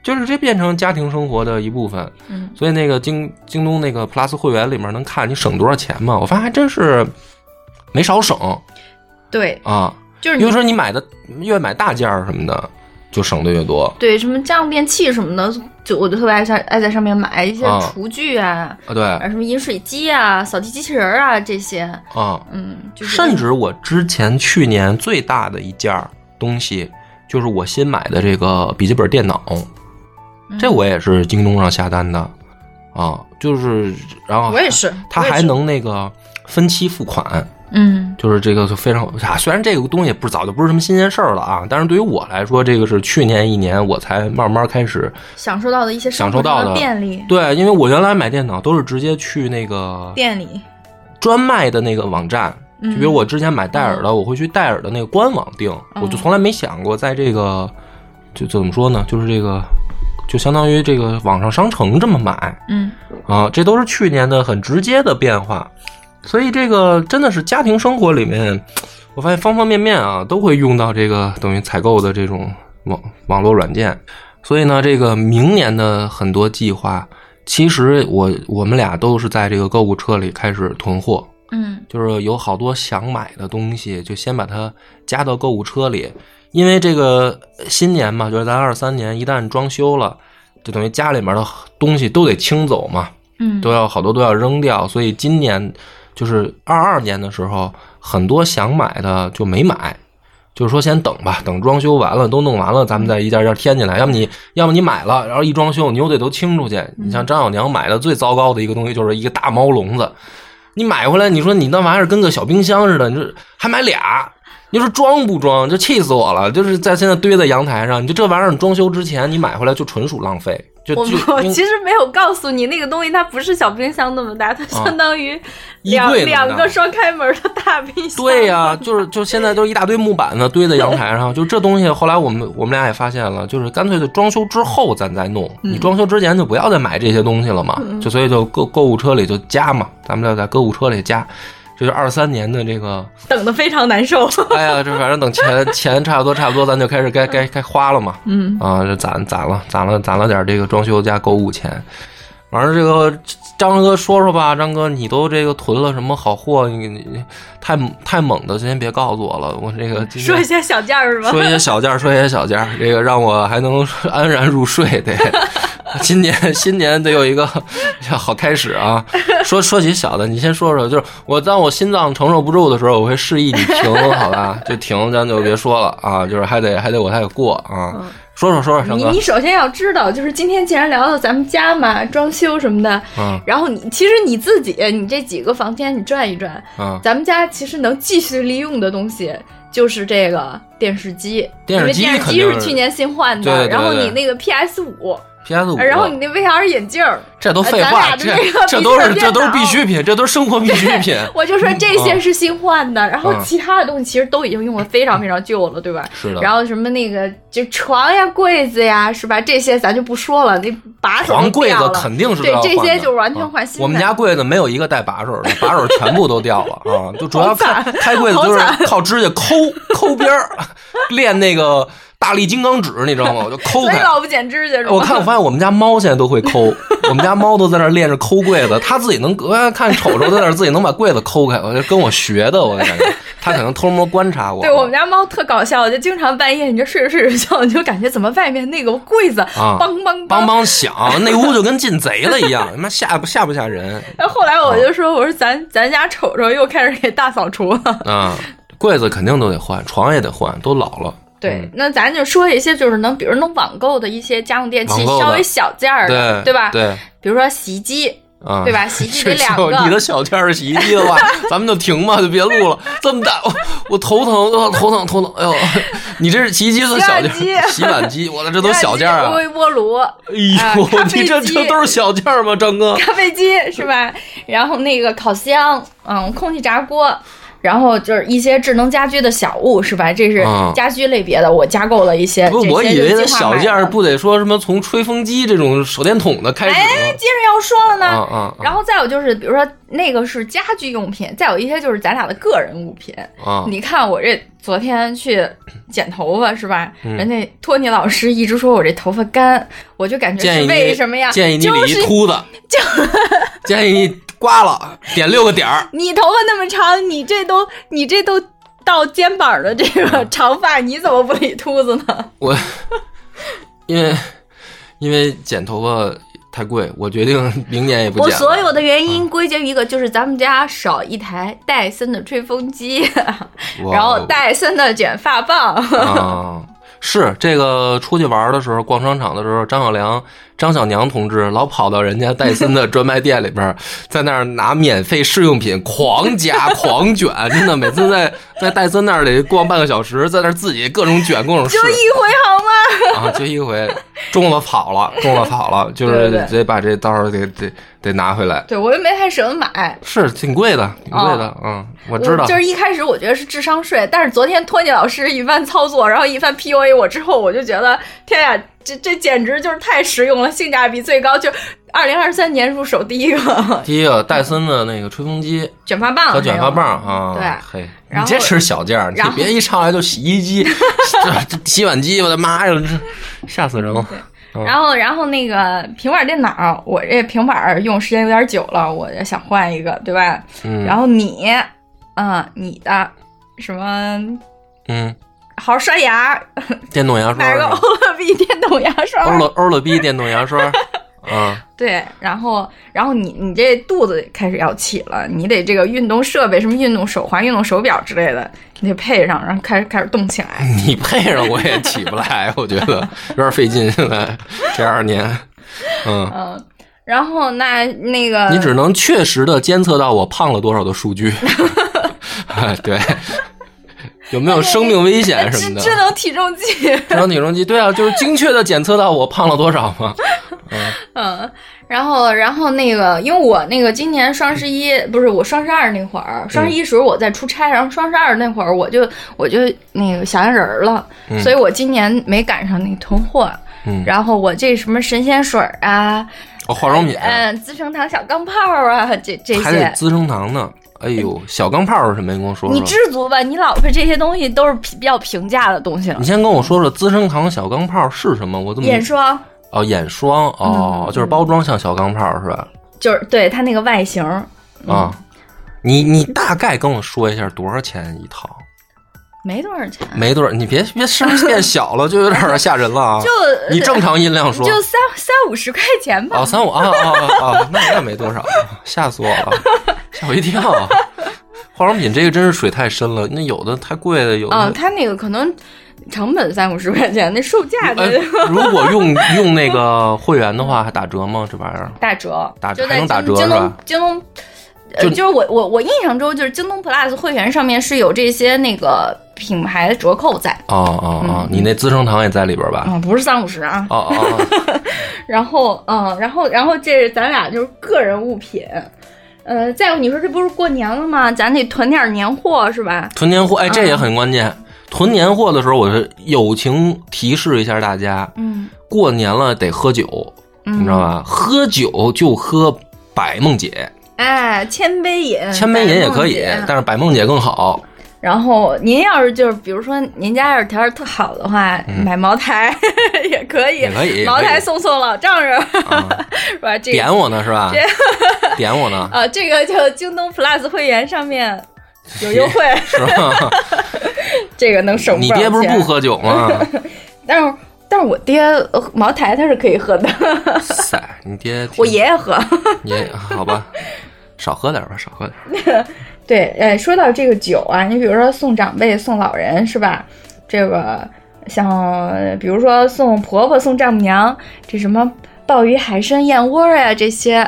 Speaker 1: 就是这变成家庭生活的一部分，
Speaker 2: *laughs* 嗯
Speaker 1: 所以那个京京东那个 Plus 会员里面能看你省多少钱嘛？我发现还真是没少省
Speaker 2: 对，
Speaker 1: 啊。
Speaker 2: 就是
Speaker 1: 比如
Speaker 2: 你
Speaker 1: 说你买的越买大件儿什么的，就省的越多
Speaker 2: 对什么家用电器什么的，就我就特别爱在爱在上面买一些
Speaker 1: 啊
Speaker 2: 厨具啊，
Speaker 1: 啊。对，
Speaker 2: 啊什么饮水机啊、扫地机器人儿啊这些，
Speaker 1: 啊，
Speaker 2: 嗯，就是
Speaker 1: 甚至我之前去年最大的一件儿东西，就是我新买的这个笔记本电脑，
Speaker 2: 嗯
Speaker 1: 这我也是京东上下单的啊，就是然后
Speaker 2: 我也是，
Speaker 1: 它
Speaker 2: 我也
Speaker 1: 还
Speaker 2: 是
Speaker 1: 能那个分期付款，
Speaker 2: 嗯
Speaker 1: 就是这个就非常啊，虽然这个东西不是早就不是什么新鲜事儿了啊，但是对于我来说，这个是去年一年我才慢慢开始
Speaker 2: 享受到的一些
Speaker 1: 享受到的
Speaker 2: 生活上的便利，
Speaker 1: 对，因为我原来买电脑都是直接去那个
Speaker 2: 店里
Speaker 1: 专卖的那个网站，就
Speaker 2: 嗯
Speaker 1: 比如我之前买戴尔的，我会去戴尔的那个官网订，我就从来没想过在这个就怎么说呢，就是这个就相当于这个网上商城这么买
Speaker 2: 嗯
Speaker 1: 啊，这都是去年的很直接的变化，所以这个真的是家庭生活里面，我发现方方面面啊都会用到这个等于采购的这种网网络软件，所以呢，这个明年的很多计划。其实我我们俩都是在这个购物车里开始囤货，
Speaker 2: 嗯
Speaker 1: 就是有好多想买的东西，就先把它加到购物车里，因为这个呃新年嘛，就是咱二三年一旦装修了，就等于家里面的东西都得清走嘛，
Speaker 2: 嗯
Speaker 1: 都要好多都要扔掉，所以今年就是二二年的时候，很多想买的就没买。就是说，先等吧，等装修完了都弄完了，咱们再一件一件添进来。要么你，要么你买了，然后一装修你又得都清出去。你
Speaker 2: 嗯
Speaker 1: 像张小娘买的最糟糕的一个东西，就是一个大猫笼子，你买回来，你说你那玩意儿跟个小冰箱似的，你这还买俩，你说装不装？就气死我了！就是在现在堆在阳台上，你就这玩意儿你装修之前你买回来就纯属浪费，就
Speaker 2: 我
Speaker 1: 就
Speaker 2: 我
Speaker 1: 应
Speaker 2: 其实没有告诉你那个东西，它不是小冰箱那么大，它相当于
Speaker 1: 啊衣
Speaker 2: 两、
Speaker 1: 柜那么大
Speaker 2: 两个双开门的大冰箱。
Speaker 1: 对呀、就是就现在都一大堆木板子堆在阳台上，就这东西后来我们我们俩也发现了，就是干脆就装修之后咱再弄，你装修之前就不要再买这些东西了嘛，就所以就购购物车里就加嘛，咱们就在购物车里加，这就二三年的这个。
Speaker 2: 等的非常
Speaker 1: *laughs*
Speaker 2: 难受。
Speaker 1: 哎呀，这反正等钱钱差不多差不多，咱就开始该该该花了嘛。
Speaker 2: 嗯
Speaker 1: 啊，这攒攒了攒了攒了点这个装修加购物钱。完了，这个张哥说说吧，张哥，你都这个囤了什么好货？你你你太太猛的，先别告诉我了，我这个今
Speaker 2: 说
Speaker 1: 天
Speaker 2: 一些小件儿是吧？
Speaker 1: 说一些小件儿，说一些小件儿，这个让我还能安然入睡。
Speaker 2: *laughs*
Speaker 1: 得，今年新年得有一个 *laughs* 好开始啊。说说起小的，你先说说，就是我当我心脏承受不住的时候，我会示意你停，好吧？
Speaker 2: *laughs*
Speaker 1: 就停，咱就别说了啊。就是还得还得我还得过啊。说说说说，
Speaker 2: 嗯你
Speaker 1: 翔哥
Speaker 2: 你，首先要知道，就是今天既然聊到咱们家嘛，装修什么的，
Speaker 1: 嗯
Speaker 2: 然后你其实你自己，你这几个房间你转一转，
Speaker 1: 嗯，
Speaker 2: 咱们家其实能继续利用的东西就是这个电视机，
Speaker 1: 电视机
Speaker 2: 因为电视
Speaker 1: 肯
Speaker 2: 机
Speaker 1: 定是
Speaker 2: 是去年新换的，
Speaker 1: 对对对
Speaker 2: 然后
Speaker 1: 对
Speaker 2: 你那个 PS 五，
Speaker 1: PS 五，啊
Speaker 2: 然后你那 VR 眼镜儿，
Speaker 1: 这都废
Speaker 2: 咱
Speaker 1: 话，
Speaker 2: 俩的
Speaker 1: 这
Speaker 2: 这个
Speaker 1: 这
Speaker 2: 笔记
Speaker 1: 都是
Speaker 2: 本
Speaker 1: 这都是
Speaker 2: 电脑
Speaker 1: 必需品，这都是
Speaker 2: 啊
Speaker 1: 生活必需
Speaker 2: *laughs*
Speaker 1: 品。
Speaker 2: 我就说这些是新换的，然后
Speaker 1: 嗯
Speaker 2: 其他的东西其实都已经用的非常非常旧了，对吧？
Speaker 1: 是的，
Speaker 2: 然后什么那个就床呀、柜子呀，是吧？这些咱就不说了，那把手
Speaker 1: 黄
Speaker 2: 都
Speaker 1: 柜
Speaker 2: 掉
Speaker 1: 子
Speaker 2: 了
Speaker 1: 肯定是
Speaker 2: 对
Speaker 1: 要
Speaker 2: 这
Speaker 1: 换
Speaker 2: 些
Speaker 1: 的
Speaker 2: 就完全
Speaker 1: 啊
Speaker 2: 换新的。
Speaker 1: 我们家柜子没有一个带把手的，把手全部都掉了啊！就主要
Speaker 2: 好
Speaker 1: 开
Speaker 2: 惨
Speaker 1: 开柜子都是靠指甲抠抠边儿，练那个大力金刚指，你知道吗？我就抠
Speaker 2: 所以
Speaker 1: 开。
Speaker 2: 老不剪指甲是吧？
Speaker 1: 我看我发现我们家猫现在都会抠，我们家猫都在那儿练着抠柜子，它自己能，我看瞅瞅在那儿自己能把柜子抠开，我就跟我学的，我感觉它可能偷摸观察我。
Speaker 2: 对我们家猫特搞笑，就经常半夜你就睡着睡着觉，你就感觉怎么外面那个柜子
Speaker 1: 啊
Speaker 2: 梆梆
Speaker 1: 梆梆响，那屋就跟进贼了一样，他妈吓不吓不吓人？
Speaker 2: 然后后来
Speaker 1: 啊
Speaker 2: 我就说，我说咱咱家瞅瞅又开始给大扫除了。
Speaker 1: 啊，柜子肯定都得换，床也得换，都老了。
Speaker 2: 对
Speaker 1: 嗯，
Speaker 2: 那咱就说一些就是能，比如能网购的一些家用电器
Speaker 1: 网购，的
Speaker 2: 稍微小件儿的，
Speaker 1: 对
Speaker 2: 吧？
Speaker 1: 对，
Speaker 2: 比如说洗衣机，
Speaker 1: 啊，
Speaker 2: 对吧？洗衣机
Speaker 1: *laughs* 这
Speaker 2: 得两个
Speaker 1: 就，你的小天儿洗衣机的话， *laughs* 咱们就停吧，就别录了。这么大，我我头疼，我头疼，头疼。哎呦， *laughs* 你这是洗衣机的小件
Speaker 2: 洗
Speaker 1: 儿，
Speaker 2: 碗
Speaker 1: 洗碗机，我的这都小件儿啊！
Speaker 2: 微波炉、
Speaker 1: 哎呦，
Speaker 2: 啊咖啡
Speaker 1: 你这
Speaker 2: 机
Speaker 1: 这都是小件儿吗，张哥？
Speaker 2: 咖啡机是吧？然后那个烤箱，嗯，空气炸锅。然后就是一些智能家居的小物，是吧？这是
Speaker 1: 嗯
Speaker 2: 家居类别的，我加购了一些。
Speaker 1: 不是，
Speaker 2: 这
Speaker 1: 我
Speaker 2: 些
Speaker 1: 以
Speaker 2: 就
Speaker 1: 为的
Speaker 2: 计划
Speaker 1: 小
Speaker 2: 买
Speaker 1: 件儿
Speaker 2: 了
Speaker 1: 不得说什么从吹风机这种手电筒的开始
Speaker 2: 哎，
Speaker 1: 吗？
Speaker 2: 接着要说了呢。
Speaker 1: 啊啊
Speaker 2: 然后再有就是，比如说那个是家居用品，再有一些就是咱俩的个人物品。
Speaker 1: 啊！
Speaker 2: 你看我这昨天去剪头发是吧？
Speaker 1: 嗯
Speaker 2: 人家托尼老师一直说我这头发干，我就感
Speaker 1: *laughs*
Speaker 2: 觉
Speaker 1: 建议
Speaker 2: 是
Speaker 1: 你
Speaker 2: 为什么呀？
Speaker 1: 建议你
Speaker 2: *laughs* 就
Speaker 1: 理一
Speaker 2: 是
Speaker 1: 秃子，建议你刮了，点六个点儿。
Speaker 2: 你头发那么长，你这都你这都到肩膀的这个
Speaker 1: 嗯
Speaker 2: 长发，你怎么不理秃子呢？
Speaker 1: 我因为因为剪头发太贵，我决定 *laughs* 明年也不剪
Speaker 2: 我
Speaker 1: 了。
Speaker 2: 所有的原因归结于一个，就是咱们家少一台戴森的吹风机，
Speaker 1: 哇哦
Speaker 2: 然后戴森的卷发棒。
Speaker 1: 啊。是这个出去玩的时候，逛商场的时候，张小良、张小娘同志老跑到人家戴森的专卖店里边儿，在那儿拿免费试用品狂夹狂卷，真的每次在在戴森那儿得逛半个小时，在那儿自己各种卷各种试
Speaker 2: *laughs* 就一回好吗？
Speaker 1: 啊，就一回中了跑了，中了跑了，就
Speaker 2: 对
Speaker 1: 是
Speaker 2: 对对
Speaker 1: 得把这到时候得得得拿回来。
Speaker 2: 对我又没太舍得买，
Speaker 1: 是挺贵的，挺贵的，嗯，我知道
Speaker 2: 哦我就。是一开始我觉得是智商税，但是昨天托尼老师一番操作，然后一番 PUA 我之后，我就觉得天呀，这这简直就是太实用了，性价比最高，就二零二三年入手第一个
Speaker 1: 第一个戴森的那个吹风机
Speaker 2: 卷发棒，
Speaker 1: 和卷发棒啊，
Speaker 2: 哦对
Speaker 1: 嘿，你
Speaker 2: 然后
Speaker 1: 这是小件儿，你
Speaker 2: 然后
Speaker 1: 别一上来就洗衣
Speaker 2: *laughs*
Speaker 1: 机、这这洗碗机，我的妈呀，这吓死人了！嗯
Speaker 2: 还有。然后，然后那个平板电脑，我这平板儿用时间有点久了，我也想换一个，对吧？
Speaker 1: 嗯
Speaker 2: 然后你，啊、你的什么
Speaker 1: 嗯，
Speaker 2: 好好刷牙，
Speaker 1: 电动牙刷
Speaker 2: 买
Speaker 1: 是
Speaker 2: 个
Speaker 1: 吧，
Speaker 2: 欧乐 B 电动牙刷，
Speaker 1: 欧乐欧乐 B 电动牙刷，啊，
Speaker 2: 对，然后，然后你你这肚子开始要起了，你得这个运动设备，什么运动手环、运动手表之类的，你得配上，然后开始开始动起来。
Speaker 1: 你配上我也起不来，我觉得有点费劲，现在这二年，嗯。
Speaker 2: 嗯，然后那那个
Speaker 1: 你只能确实的监测到我胖了多少的数
Speaker 2: *laughs*
Speaker 1: 据，哎对，有没有生命危险什
Speaker 2: 智
Speaker 1: 么的？
Speaker 2: 智能体重计，
Speaker 1: 智能体重计，对啊，就是精确的检测到我胖了多少嘛。
Speaker 2: 嗯，然后然后那个，因为我那个今年双十一不是我双十二那会儿，双
Speaker 1: 嗯
Speaker 2: 十一时候我在出差，然后双十二那会儿我就我就那个想人儿了，所以我今年没赶上那囤货。
Speaker 1: 嗯
Speaker 2: 然后我这什么神仙水儿啊，
Speaker 1: 哦，化妆品
Speaker 2: 嗯，资生堂小钢炮啊，这这
Speaker 1: 还得
Speaker 2: 些，
Speaker 1: 资生堂呢。哎呦，小钢炮是什么？你跟我说
Speaker 2: 嗯你
Speaker 1: 说。
Speaker 2: 知足吧，你老婆这些东西都是比较平价的东西了
Speaker 1: 你。先跟我说说资生堂小钢炮是什么？我怎么
Speaker 2: 眼霜嗯
Speaker 1: 哦眼霜哦，就是包装像小钢炮是吧？
Speaker 2: 就是对它那个外形，嗯
Speaker 1: 啊，你你大概跟我说一下多少钱一套？
Speaker 2: 没多少钱，
Speaker 1: 没多少，你别别声儿变小了，就有点吓人了啊！
Speaker 2: *laughs* 就
Speaker 1: 你正常音量说，
Speaker 2: 就三三五十块钱吧
Speaker 1: 哦，。三五啊啊啊啊，那那没多少，吓死我了，吓我一跳。化妆品这个真是水太深了，那有的太贵了，有的、
Speaker 2: 啊，它那个可能成本三五十块钱，那售价
Speaker 1: 哎
Speaker 2: 的，
Speaker 1: 如果用用那个会员的话，还打折吗？这玩意儿？
Speaker 2: 打折，
Speaker 1: 打折
Speaker 2: 就
Speaker 1: 还
Speaker 2: 在
Speaker 1: 能
Speaker 2: 京
Speaker 1: 打折
Speaker 2: 京
Speaker 1: 是吧
Speaker 2: 东京东。呃
Speaker 1: 就
Speaker 2: 就是我我我印象中，就是京东 Plus 会员上面是有这些那个品牌的折扣在，
Speaker 1: 哦哦哦，你那资生堂也在里边吧？
Speaker 2: 啊、不是三五十啊，
Speaker 1: 哦哦哦，
Speaker 2: 然后，嗯，然后，然后这是咱俩就是个人物品，呃，再有你说这不是过年了吗？咱得囤点年货是吧？
Speaker 1: 囤年货，哎，这也很关键。囤年货的时候，我是友情提示一下大家，
Speaker 2: 嗯，
Speaker 1: 过年了得喝酒，你知道吧？喝酒就喝百梦姐，
Speaker 2: 哎，千杯饮，
Speaker 1: 千杯饮也可以
Speaker 2: 百梦，姐
Speaker 1: 但是百梦姐更
Speaker 2: *laughs*
Speaker 1: 好。
Speaker 2: 然后您要是就是比如说您家要是条件特好的话，买茅台 *laughs* 也可以，
Speaker 1: 嗯也可以也
Speaker 2: 茅
Speaker 1: 可
Speaker 2: 台
Speaker 1: 以
Speaker 2: 送送老丈人， *laughs*
Speaker 1: 啊
Speaker 2: 是吧？这个
Speaker 1: 点我呢是吧？ *laughs* 点我呢
Speaker 2: 啊，这个就京东 Plus 会员上面有优惠，
Speaker 1: 是吧？
Speaker 2: *laughs* 这个能 *laughs* 省不
Speaker 1: 你
Speaker 2: 少
Speaker 1: 爹不是
Speaker 2: 钱
Speaker 1: 不，喝酒吗？
Speaker 2: *laughs* 但是但是我爹呃茅台他是可以喝的， *laughs*
Speaker 1: 塞，你爹挺
Speaker 2: 我爷爷喝。
Speaker 1: 也好吧，少喝点吧，少喝点。
Speaker 2: 对，呃，说到这个酒啊，你比如说送长辈、送老人是吧？这个像呃比如说送婆婆、送丈母娘，这什么鲍鱼、海参、燕窝呀、这些，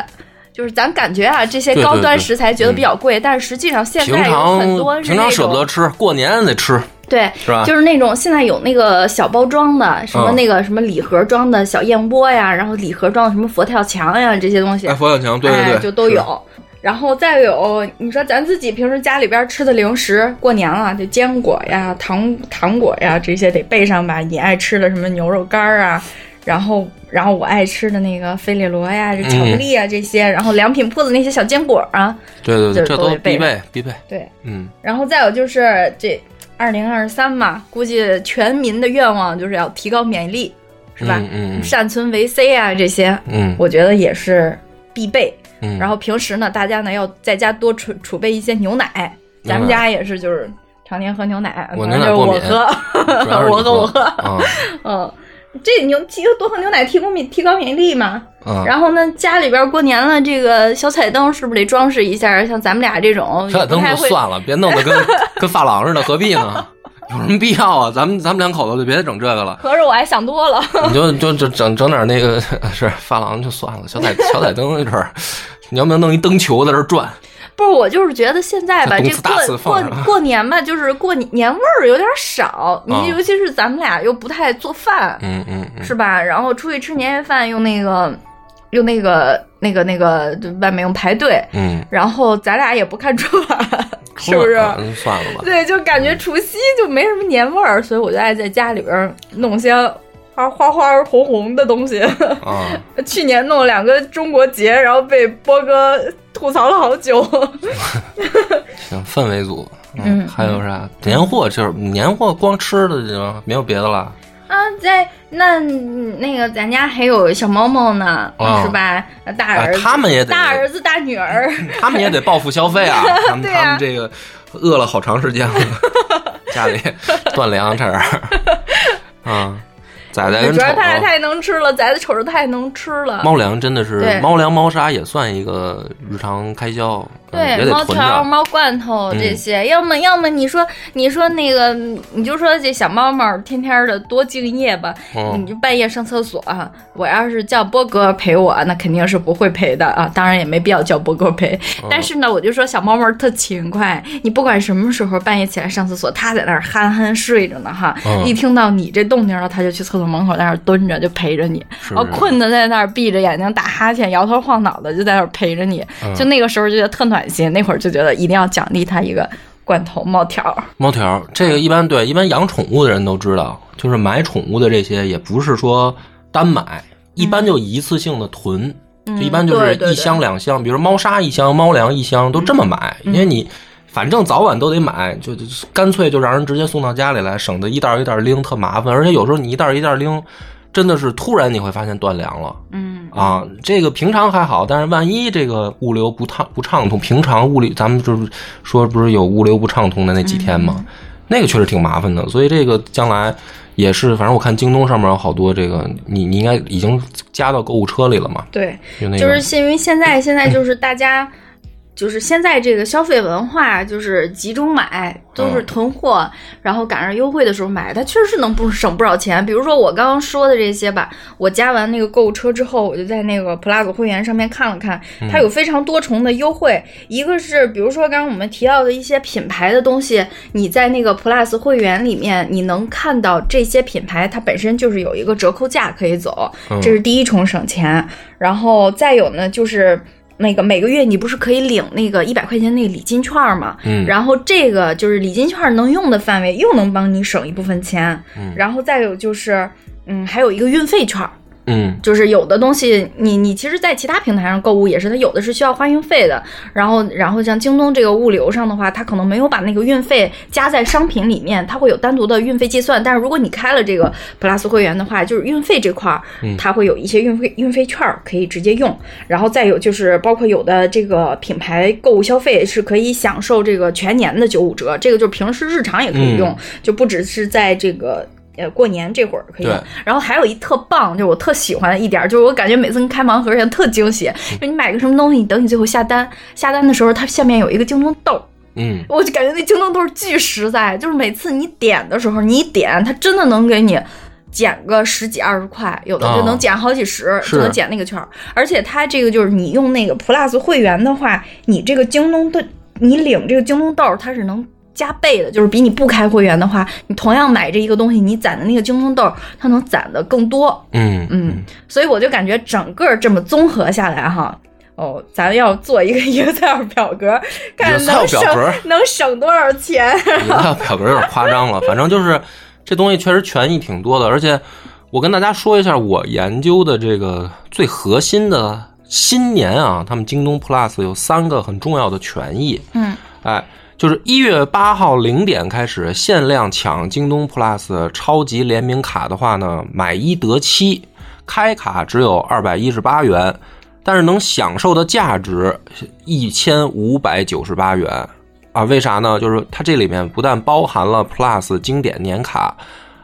Speaker 2: 就是咱感觉啊，这些
Speaker 1: 对对
Speaker 2: 高端
Speaker 1: 对
Speaker 2: 食材觉得
Speaker 1: 嗯
Speaker 2: 比较贵，但是实际上现
Speaker 1: 平
Speaker 2: 在有很多
Speaker 1: 常
Speaker 2: 是
Speaker 1: 平常
Speaker 2: 那
Speaker 1: 舍不得
Speaker 2: 种
Speaker 1: 吃，过年得吃，
Speaker 2: 对，
Speaker 1: 是吧？
Speaker 2: 就是那种现在有那个小包装的，什么
Speaker 1: 嗯
Speaker 2: 那个什么礼盒装的小燕窝呀，然后礼盒装的什么佛跳墙呀这些东西，
Speaker 1: 哎，佛跳墙，对对
Speaker 2: 哎
Speaker 1: 对，
Speaker 2: 就都
Speaker 1: 是。
Speaker 2: 有。然后再有，你说咱自己平时家里边吃的零食，过年了，这坚果呀、糖糖果呀这些得备上吧。你爱吃的什么牛肉干儿啊，然后然后我爱吃的那个费列罗呀、这巧克力
Speaker 1: 嗯
Speaker 2: 啊、这些，然后良品铺的那些小坚果啊，
Speaker 1: 对对对，
Speaker 2: 就是
Speaker 1: 这
Speaker 2: 都
Speaker 1: 都
Speaker 2: 得
Speaker 1: 必
Speaker 2: 备
Speaker 1: 备必备。
Speaker 2: 对。
Speaker 1: 嗯，
Speaker 2: 然后再有就是这二零二三嘛，估计全民的愿望就是要提高免疫力，是吧？
Speaker 1: 嗯嗯
Speaker 2: 善存维 C 啊这些，
Speaker 1: 嗯
Speaker 2: 我觉得也是必备。
Speaker 1: 嗯，
Speaker 2: *laughs* 然后平时呢，大家呢要在家多储储备一些牛奶，咱们家也是就是常年喝牛奶，
Speaker 1: 嗯我
Speaker 2: 反正
Speaker 1: 牛奶
Speaker 2: 就是
Speaker 1: 过
Speaker 2: 我
Speaker 1: 敏
Speaker 2: *laughs*
Speaker 1: 主要
Speaker 2: 喝，
Speaker 1: 是你
Speaker 2: 我喝我喝，
Speaker 1: 啊
Speaker 2: 嗯。这牛提多喝牛奶提供免提高免疫力嘛，
Speaker 1: 啊！
Speaker 2: *laughs* 然后呢，家里边过年了，这个小彩灯是不是得装饰一下？像咱们俩这种，
Speaker 1: 小灯
Speaker 2: 不太
Speaker 1: 就
Speaker 2: 会
Speaker 1: 算了，别弄得
Speaker 2: *laughs*
Speaker 1: 跟跟发廊似的，何必呢？ *laughs* 有什么必要啊？咱们咱们两口子就别整这个了，
Speaker 2: 合着我还想多了。
Speaker 1: *laughs*
Speaker 2: *laughs*
Speaker 1: 你就就就整整点那个是发廊就算了，小彩小彩灯那阵儿，你要不要弄一灯球在这儿转？
Speaker 2: 不是，我就是觉得现在吧，
Speaker 1: 这
Speaker 2: 这
Speaker 1: 东西大
Speaker 2: 过
Speaker 1: 四放
Speaker 2: 过
Speaker 1: 着啊
Speaker 2: 过年吧，就是过年味儿有点
Speaker 1: 啊
Speaker 2: 少。你尤其是咱们俩又不太做饭，
Speaker 1: 嗯嗯嗯，
Speaker 2: 是吧？然后出去吃年夜饭，用那个，用那个，那个，那个，就外面用排队。
Speaker 1: 嗯，
Speaker 2: 然后咱俩也不看春晚，是不是？
Speaker 1: 啊那就算了吧。
Speaker 2: 对，就感觉除夕就没什么年味儿，所以我就爱在家里边儿弄些花花花红红的东西。 *laughs*
Speaker 1: 啊，
Speaker 2: 去年弄了两个中国结，然后被波哥吐槽了好久。
Speaker 1: 行，氛围组，
Speaker 2: 嗯
Speaker 1: 还有啥年货？就是年货光吃的就没有别的了。
Speaker 2: 啊，在那那个咱家还有小猫猫呢，
Speaker 1: 啊
Speaker 2: 是吧？大
Speaker 1: 啊
Speaker 2: 儿子、
Speaker 1: 他们也得
Speaker 2: 大儿子大女儿，
Speaker 1: 他们也得报复消费
Speaker 2: *laughs*
Speaker 1: 啊！他们、
Speaker 2: 对
Speaker 1: 他
Speaker 2: 啊
Speaker 1: 们这个饿了好长时
Speaker 2: *laughs*
Speaker 1: 间了，家里断粮这儿啊，崽崽跟
Speaker 2: 主
Speaker 1: 丑啊
Speaker 2: 要他俩太能吃了，崽子瞅着太能吃了。
Speaker 1: 猫粮真的是
Speaker 2: 啊对
Speaker 1: 猫粮猫砂也算一个日常开销，嗯也
Speaker 2: 对，
Speaker 1: 得
Speaker 2: 猫
Speaker 1: 囤
Speaker 2: 条、
Speaker 1: 着。
Speaker 2: 猫罐头
Speaker 1: 嗯
Speaker 2: 这些，要么要么你说你说那个，你就说这小猫猫天天的多敬业吧，你
Speaker 1: 嗯，
Speaker 2: 就半夜上厕所，啊我要是叫波哥陪我，那肯定是不会陪的啊。当然也没必要叫波哥陪，
Speaker 1: 哦
Speaker 2: 但是呢，我就说小猫猫特勤快，你不管什么时候半夜起来上厕所，它在那儿憨憨睡着呢哈。
Speaker 1: 嗯
Speaker 2: 一听到你这动静了，它就去厕所门口在那儿蹲着，就陪着你。
Speaker 1: 是
Speaker 2: 然后哦困的在那儿闭着眼睛打哈欠，摇头晃脑的就在那儿陪着你。就那个时候就觉得特暖心，那会儿就觉得一定要奖励它一个罐头猫条。
Speaker 1: 猫条这个一般对一般养宠物的人都知道，就是买宠物的这些也不是说单买，一般就一次性的囤。
Speaker 2: 嗯
Speaker 1: 就一般就是
Speaker 2: 对对嗯
Speaker 1: 一箱两箱，比如猫砂一箱，猫粮一箱，都这么买，因为你反正早晚都得买，就就干脆就让人直接送到家里来，省得一袋一袋拎，特麻烦。而且有时候你一袋一袋拎，真的是突然你会发现断粮了
Speaker 2: 嗯，
Speaker 1: 啊！这个平常还好，但是万一这个物流不畅不畅通，平常物流咱们就是说不是有物流不畅通的那几天
Speaker 2: 嗯
Speaker 1: 吗？那个确实挺麻烦的，所以这个将来。也是，反正我看京东上面有好多这个，你你应该已经加到购物车里了嘛？
Speaker 2: 对。
Speaker 1: 就那个
Speaker 2: 就是因为现在现在就是大家，就是现在这个消费文化就是集中买，都是囤货，然后赶上优惠的时候买，它确实能不省不少钱。比如说我刚刚说的这些吧，我加完那个购物车之后，我就在那个 Plus 会员上面看了看，它有非常多重的优惠，一个是比如说刚刚我们提到的一些品牌的东西，你在那个 Plus 会员里面，你能看到这些品牌它本身就是有一个折扣价可以走，
Speaker 1: 嗯
Speaker 2: 这是第一重省钱。然后再有呢，就是那个每个月你不是可以领那个一百块钱那个礼金券吗？
Speaker 1: 嗯
Speaker 2: 然后这个就是礼金券能用的范围，又能帮你省一部分钱。
Speaker 1: 嗯
Speaker 2: 然后再有就是，嗯，还有一个运费券。
Speaker 1: 嗯
Speaker 2: 就是有的东西你，你其实，在其他平台上购物也是，它有的是需要花运费的。然后，然后像京东这个物流上的话，它可能没有把那个运费加在商品里面，它会有单独的运费计算。但是如果你开了这个 Plus 会员的话，就是运费这块儿，
Speaker 1: 嗯
Speaker 2: 它会有一些运费运费券儿可以直接用。然后再有就是，包括有的这个品牌购物消费是可以享受这个全年的九五折，这个就是平时日常也可以用，
Speaker 1: 嗯
Speaker 2: 就不只是在这个。呃，过年这会儿可以用
Speaker 1: 对，
Speaker 2: 然后还有一特棒，就是我特喜欢的一点儿，就是我感觉每次跟开盲盒一样特惊喜。就你买个什么东西，你等你最后下单，下单的时候它下面有一个京东豆，
Speaker 1: 嗯
Speaker 2: 我就感觉那京东豆巨实在，就是每次你点的时候，你一点它真的能给你减个十几二十块，有的就
Speaker 1: 哦
Speaker 2: 能减好几十，
Speaker 1: 是
Speaker 2: 就能减那个券儿。而且它这个就是你用那个 Plus 会员的话，你这个京东的，你领这个京东豆儿，它是能。加倍的，就是比你不开会员的话，你同样买这一个东西，你攒的那个京东豆儿，它能攒的更多。
Speaker 1: 嗯
Speaker 2: 嗯，所以我就感觉整个这么综合下来哈，哦，咱要做一个 Excel 表格，看能
Speaker 1: Excel 表格
Speaker 2: 省能省多
Speaker 1: *laughs*
Speaker 2: 少钱。
Speaker 1: 一个表格有点夸张了，反正就是这东西确实权益挺多的，而且我跟大家说一下我研究的这个最核心的新年啊，他们京东 Plus 有三个很重要的权益，
Speaker 2: 嗯，
Speaker 1: 哎，就是一月八号零点开始限量抢京东 Plus 超级联名卡的话呢，买一得七，开卡只有二百一十八元，但是能享受的价值一千五百九十八元啊？为啥呢？就是它这里面不但包含了 Plus 经典年卡，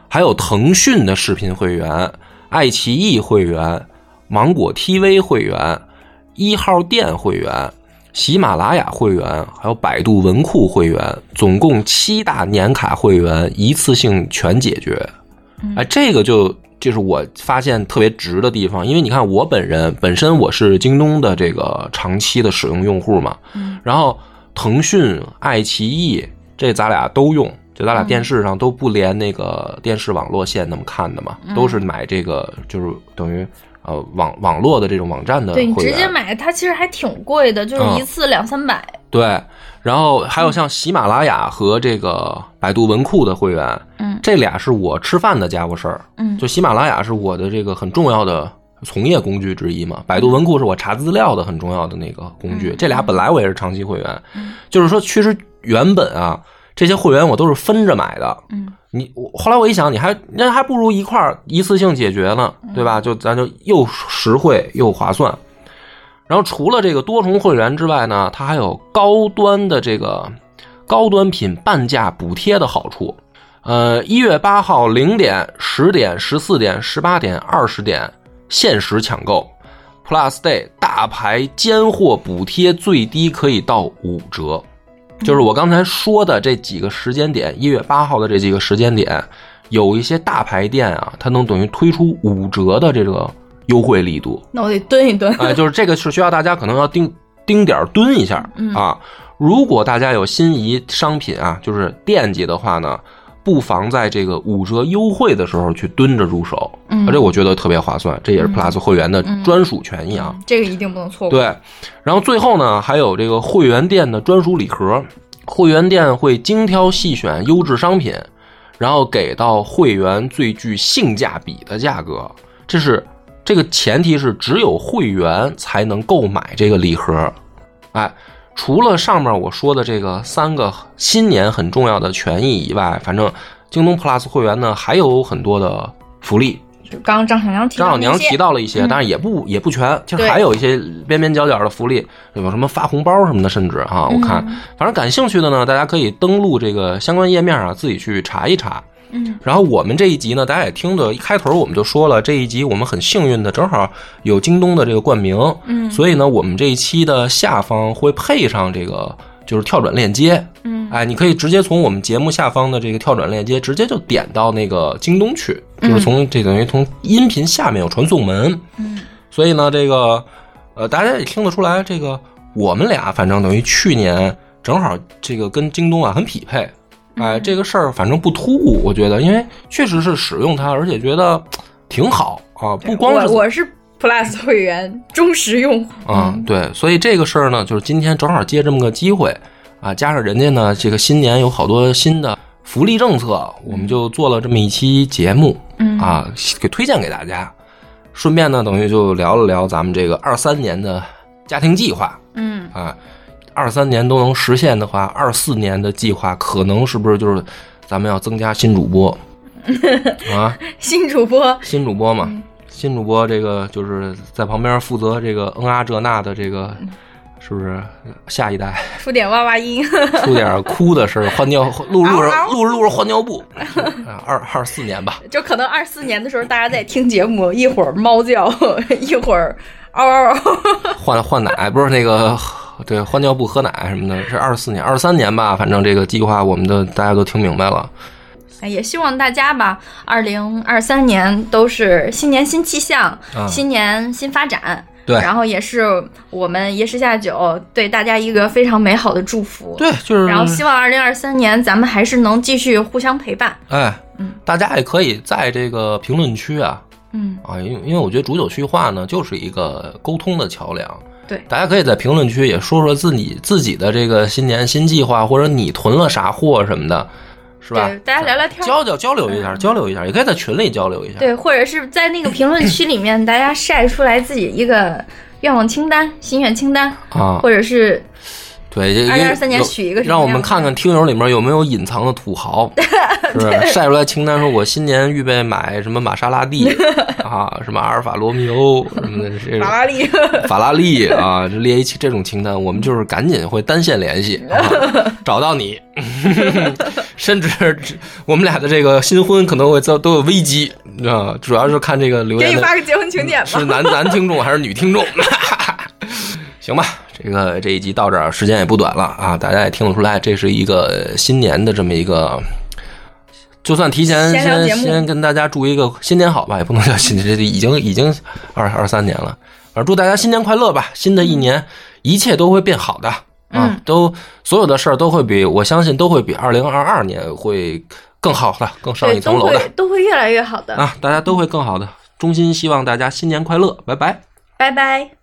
Speaker 1: 还有腾讯的视频会员、爱奇艺会员、芒果 TV 会员、一号店会员、喜马拉雅会员，还有百度文库会员，总共七大年卡会员一次性全解决。
Speaker 2: 嗯
Speaker 1: 哎，这个就就是我发现特别值的地方，因为你看我本人本身我是京东的这个长期的使用用户嘛，
Speaker 2: 嗯
Speaker 1: 然后腾讯、爱奇艺这咱俩都用，就
Speaker 2: 嗯
Speaker 1: 咱俩电视上都不连那个电视网络线那么看的嘛，
Speaker 2: 嗯
Speaker 1: 都是买这个就是等于呃网网络的这种网站嗯的会
Speaker 2: 对
Speaker 1: 员，
Speaker 2: 你直接买，它其实还挺贵的，就是
Speaker 1: 嗯
Speaker 2: 一次两三百。
Speaker 1: 对，然后还
Speaker 2: 嗯
Speaker 1: 有像喜马拉雅和这个百度文库的会员，
Speaker 2: 嗯
Speaker 1: 这俩是我吃饭的家伙事儿。
Speaker 2: 嗯
Speaker 1: 就喜马拉雅是我的这个很重要的从业工具之一嘛，百度文库是我查资料的很重要的那个工具。
Speaker 2: 嗯
Speaker 1: 这俩本来我也是长期会员，就是说，其实原本啊，这些会员我都是分着买的。
Speaker 2: 嗯，
Speaker 1: 你我后来我一想，你还那还不如一块儿一次性解决呢，
Speaker 2: 嗯
Speaker 1: 对吧？就咱就又实惠又划算。然后除了这个多重会员之外呢，它还有高端的这个高端品半价补贴的好处。呃，一月八号零点、十点、十四点、十八点、二十点限时抢购，Plus Day 大牌尖货补贴最低可以到五折。就是我刚才说的这几个时间点，一月八号的这几个时间点，有一些大牌店啊，它能等于推出五折的这个优惠力度。
Speaker 2: 那我得哦蹲一蹲。
Speaker 1: 哎，就是这个是需要大家可能要盯盯点儿蹲一下啊。如果大家有心仪商品啊，就是惦记的话呢，不妨在这个五折优惠的时候去蹲着入手，
Speaker 2: 嗯
Speaker 1: 而且我觉得特别划算，这也是 Plus 会员的专属权益啊。
Speaker 2: 这个一定不能错过。
Speaker 1: 对，然后最后呢，还有这个会员店的专属礼盒，会员店会精挑细选优质商品，然后给到会员最具性价比的价格。这是这个前提是只有会员才能购买这个礼盒。哎，除了上面我说的这个三个新年很重要的权益以外，反正京东 Plus 会员呢还有很多的福利，
Speaker 2: 就刚刚张小娘提到
Speaker 1: 张小娘
Speaker 2: 那些
Speaker 1: 提到了一些，
Speaker 2: 嗯
Speaker 1: 但是也不也不全，其实
Speaker 2: 对
Speaker 1: 还有一些边边角角的福利，有什么发红包什么的，甚至啊，我
Speaker 2: 嗯
Speaker 1: 看，反正感兴趣的呢，大家可以登录这个相关页面啊，自己去查一查。
Speaker 2: 嗯，
Speaker 1: 然后我们这一集呢，大家也听的，一开头我们就说了，这一集我们很幸运的，正好有京东的这个冠名，
Speaker 2: 嗯
Speaker 1: 所以呢，我们这一期的下方会配上这个就是跳转链接，
Speaker 2: 嗯
Speaker 1: 哎，你可以直接从我们节目下方的这个跳转链接，直接就点到那个京东去，就是从这等于从音频下面有传送门。
Speaker 2: 嗯，
Speaker 1: 所以呢，这个呃，大家也听得出来，这个我们俩反正等于去年正好这个跟京东啊很匹配。
Speaker 2: 嗯
Speaker 1: 哎，这个事儿反正不突兀，我觉得，因为确实是使用它，而且觉得挺好啊，不光是
Speaker 2: 我我是 Plus 会员忠实用户。
Speaker 1: 嗯，对，所以这个事儿呢，就是今天正好借这么个机会啊，加上人家呢，这个新年有好多新的福利政策，我们就做了这么一期节目
Speaker 2: 嗯
Speaker 1: 啊，给推荐给大家。顺便呢，等于就聊了聊咱们这个二三年的家庭计划
Speaker 2: 嗯，
Speaker 1: 啊，二三年都能实现的话，二四年的计划可能是不是就是咱们要增加新主播啊？
Speaker 2: 新主播
Speaker 1: 新主播
Speaker 2: 嗯
Speaker 1: 嘛，新主播这个就是在旁边负责这个嗯啊这那的这个，
Speaker 2: 嗯
Speaker 1: 是不是下一代 *laughs*
Speaker 2: 出点哇哇音。 *laughs*
Speaker 1: 出点哭的事儿，换尿录录
Speaker 2: 嗷
Speaker 1: 着
Speaker 2: 嗷
Speaker 1: 录着录着换尿布，啊二二四年吧，
Speaker 2: 就可能二四年的时候，大家在听节目，一会儿猫叫， *laughs* 一会儿嗷嗷嗷，
Speaker 1: 换换奶不是那个。对，换尿布、喝奶什么的，是二四年、二三年吧，反正这个计划我们的大家都听明白了。
Speaker 2: 哎也希望大家吧，二零二三年都是新年新气象，
Speaker 1: 啊
Speaker 2: 新年新发展。
Speaker 1: 对
Speaker 2: 然后也是我们夜市下酒对大家一个非常美好的祝福。
Speaker 1: 对，嗯就是
Speaker 2: 然后希望二零二三年咱们还是能继续互相陪伴。
Speaker 1: 哎
Speaker 2: 嗯，
Speaker 1: 大家也可以在这个评论区啊
Speaker 2: 嗯，
Speaker 1: 啊，因为因为我觉得煮酒叙话呢，就是一个沟通的桥梁。
Speaker 2: 对
Speaker 1: 大家可以在评论区也说说自己自己的这个新年新计划，或者你囤了啥货什么的，是吧
Speaker 2: 对，？大家聊聊天儿。嗯
Speaker 1: 交交交流一下，交流一下，也可以在群里交流一下。
Speaker 2: 对，或者是在那个评论区里面，大家晒出来自己一个愿望清单、心愿清单，
Speaker 1: 啊，
Speaker 2: 或者是
Speaker 1: 对，这
Speaker 2: 2023年
Speaker 1: 有
Speaker 2: 许一个什么
Speaker 1: 让我
Speaker 2: 样
Speaker 1: 们
Speaker 2: 的
Speaker 1: 看看听友里面有没有隐藏的土
Speaker 2: *laughs*
Speaker 1: 豪，是不是？晒出来清单，说我新年预备买什么玛莎拉
Speaker 2: *laughs*
Speaker 1: 蒂啊，什么阿尔法罗密欧什么的，这种。
Speaker 2: 拉利。
Speaker 1: 法拉利啊，这列一起这种清单，我们就是赶紧会单线联系，啊、找到你， *laughs* 甚至我们俩的这个新婚可能会都都有危机啊，主要是看这个留言的
Speaker 2: 个结婚请柬
Speaker 1: 是男男听众还是女听众。 *laughs* 行吧，这个这一集到这儿，时间也不短了啊，大家也听得出来，这是一个新年的这么一个。就算提前
Speaker 2: 闲聊
Speaker 1: 先
Speaker 2: 节目
Speaker 1: 先跟大家祝一个新年好吧，也不能叫新年， *laughs* 这已经已经二二三年了，反正祝大家新年快乐吧！新的一年一切都会变好的啊
Speaker 2: 嗯，
Speaker 1: 都所有的事儿都会比我相信都会比二零二二年会更好的，更上一
Speaker 2: 对，
Speaker 1: 层
Speaker 2: 都
Speaker 1: 楼的
Speaker 2: 会都
Speaker 1: 啊
Speaker 2: 会越来越好的。
Speaker 1: 啊！大家都会更好的，衷心希望大家新年快乐，拜拜。
Speaker 2: 拜拜。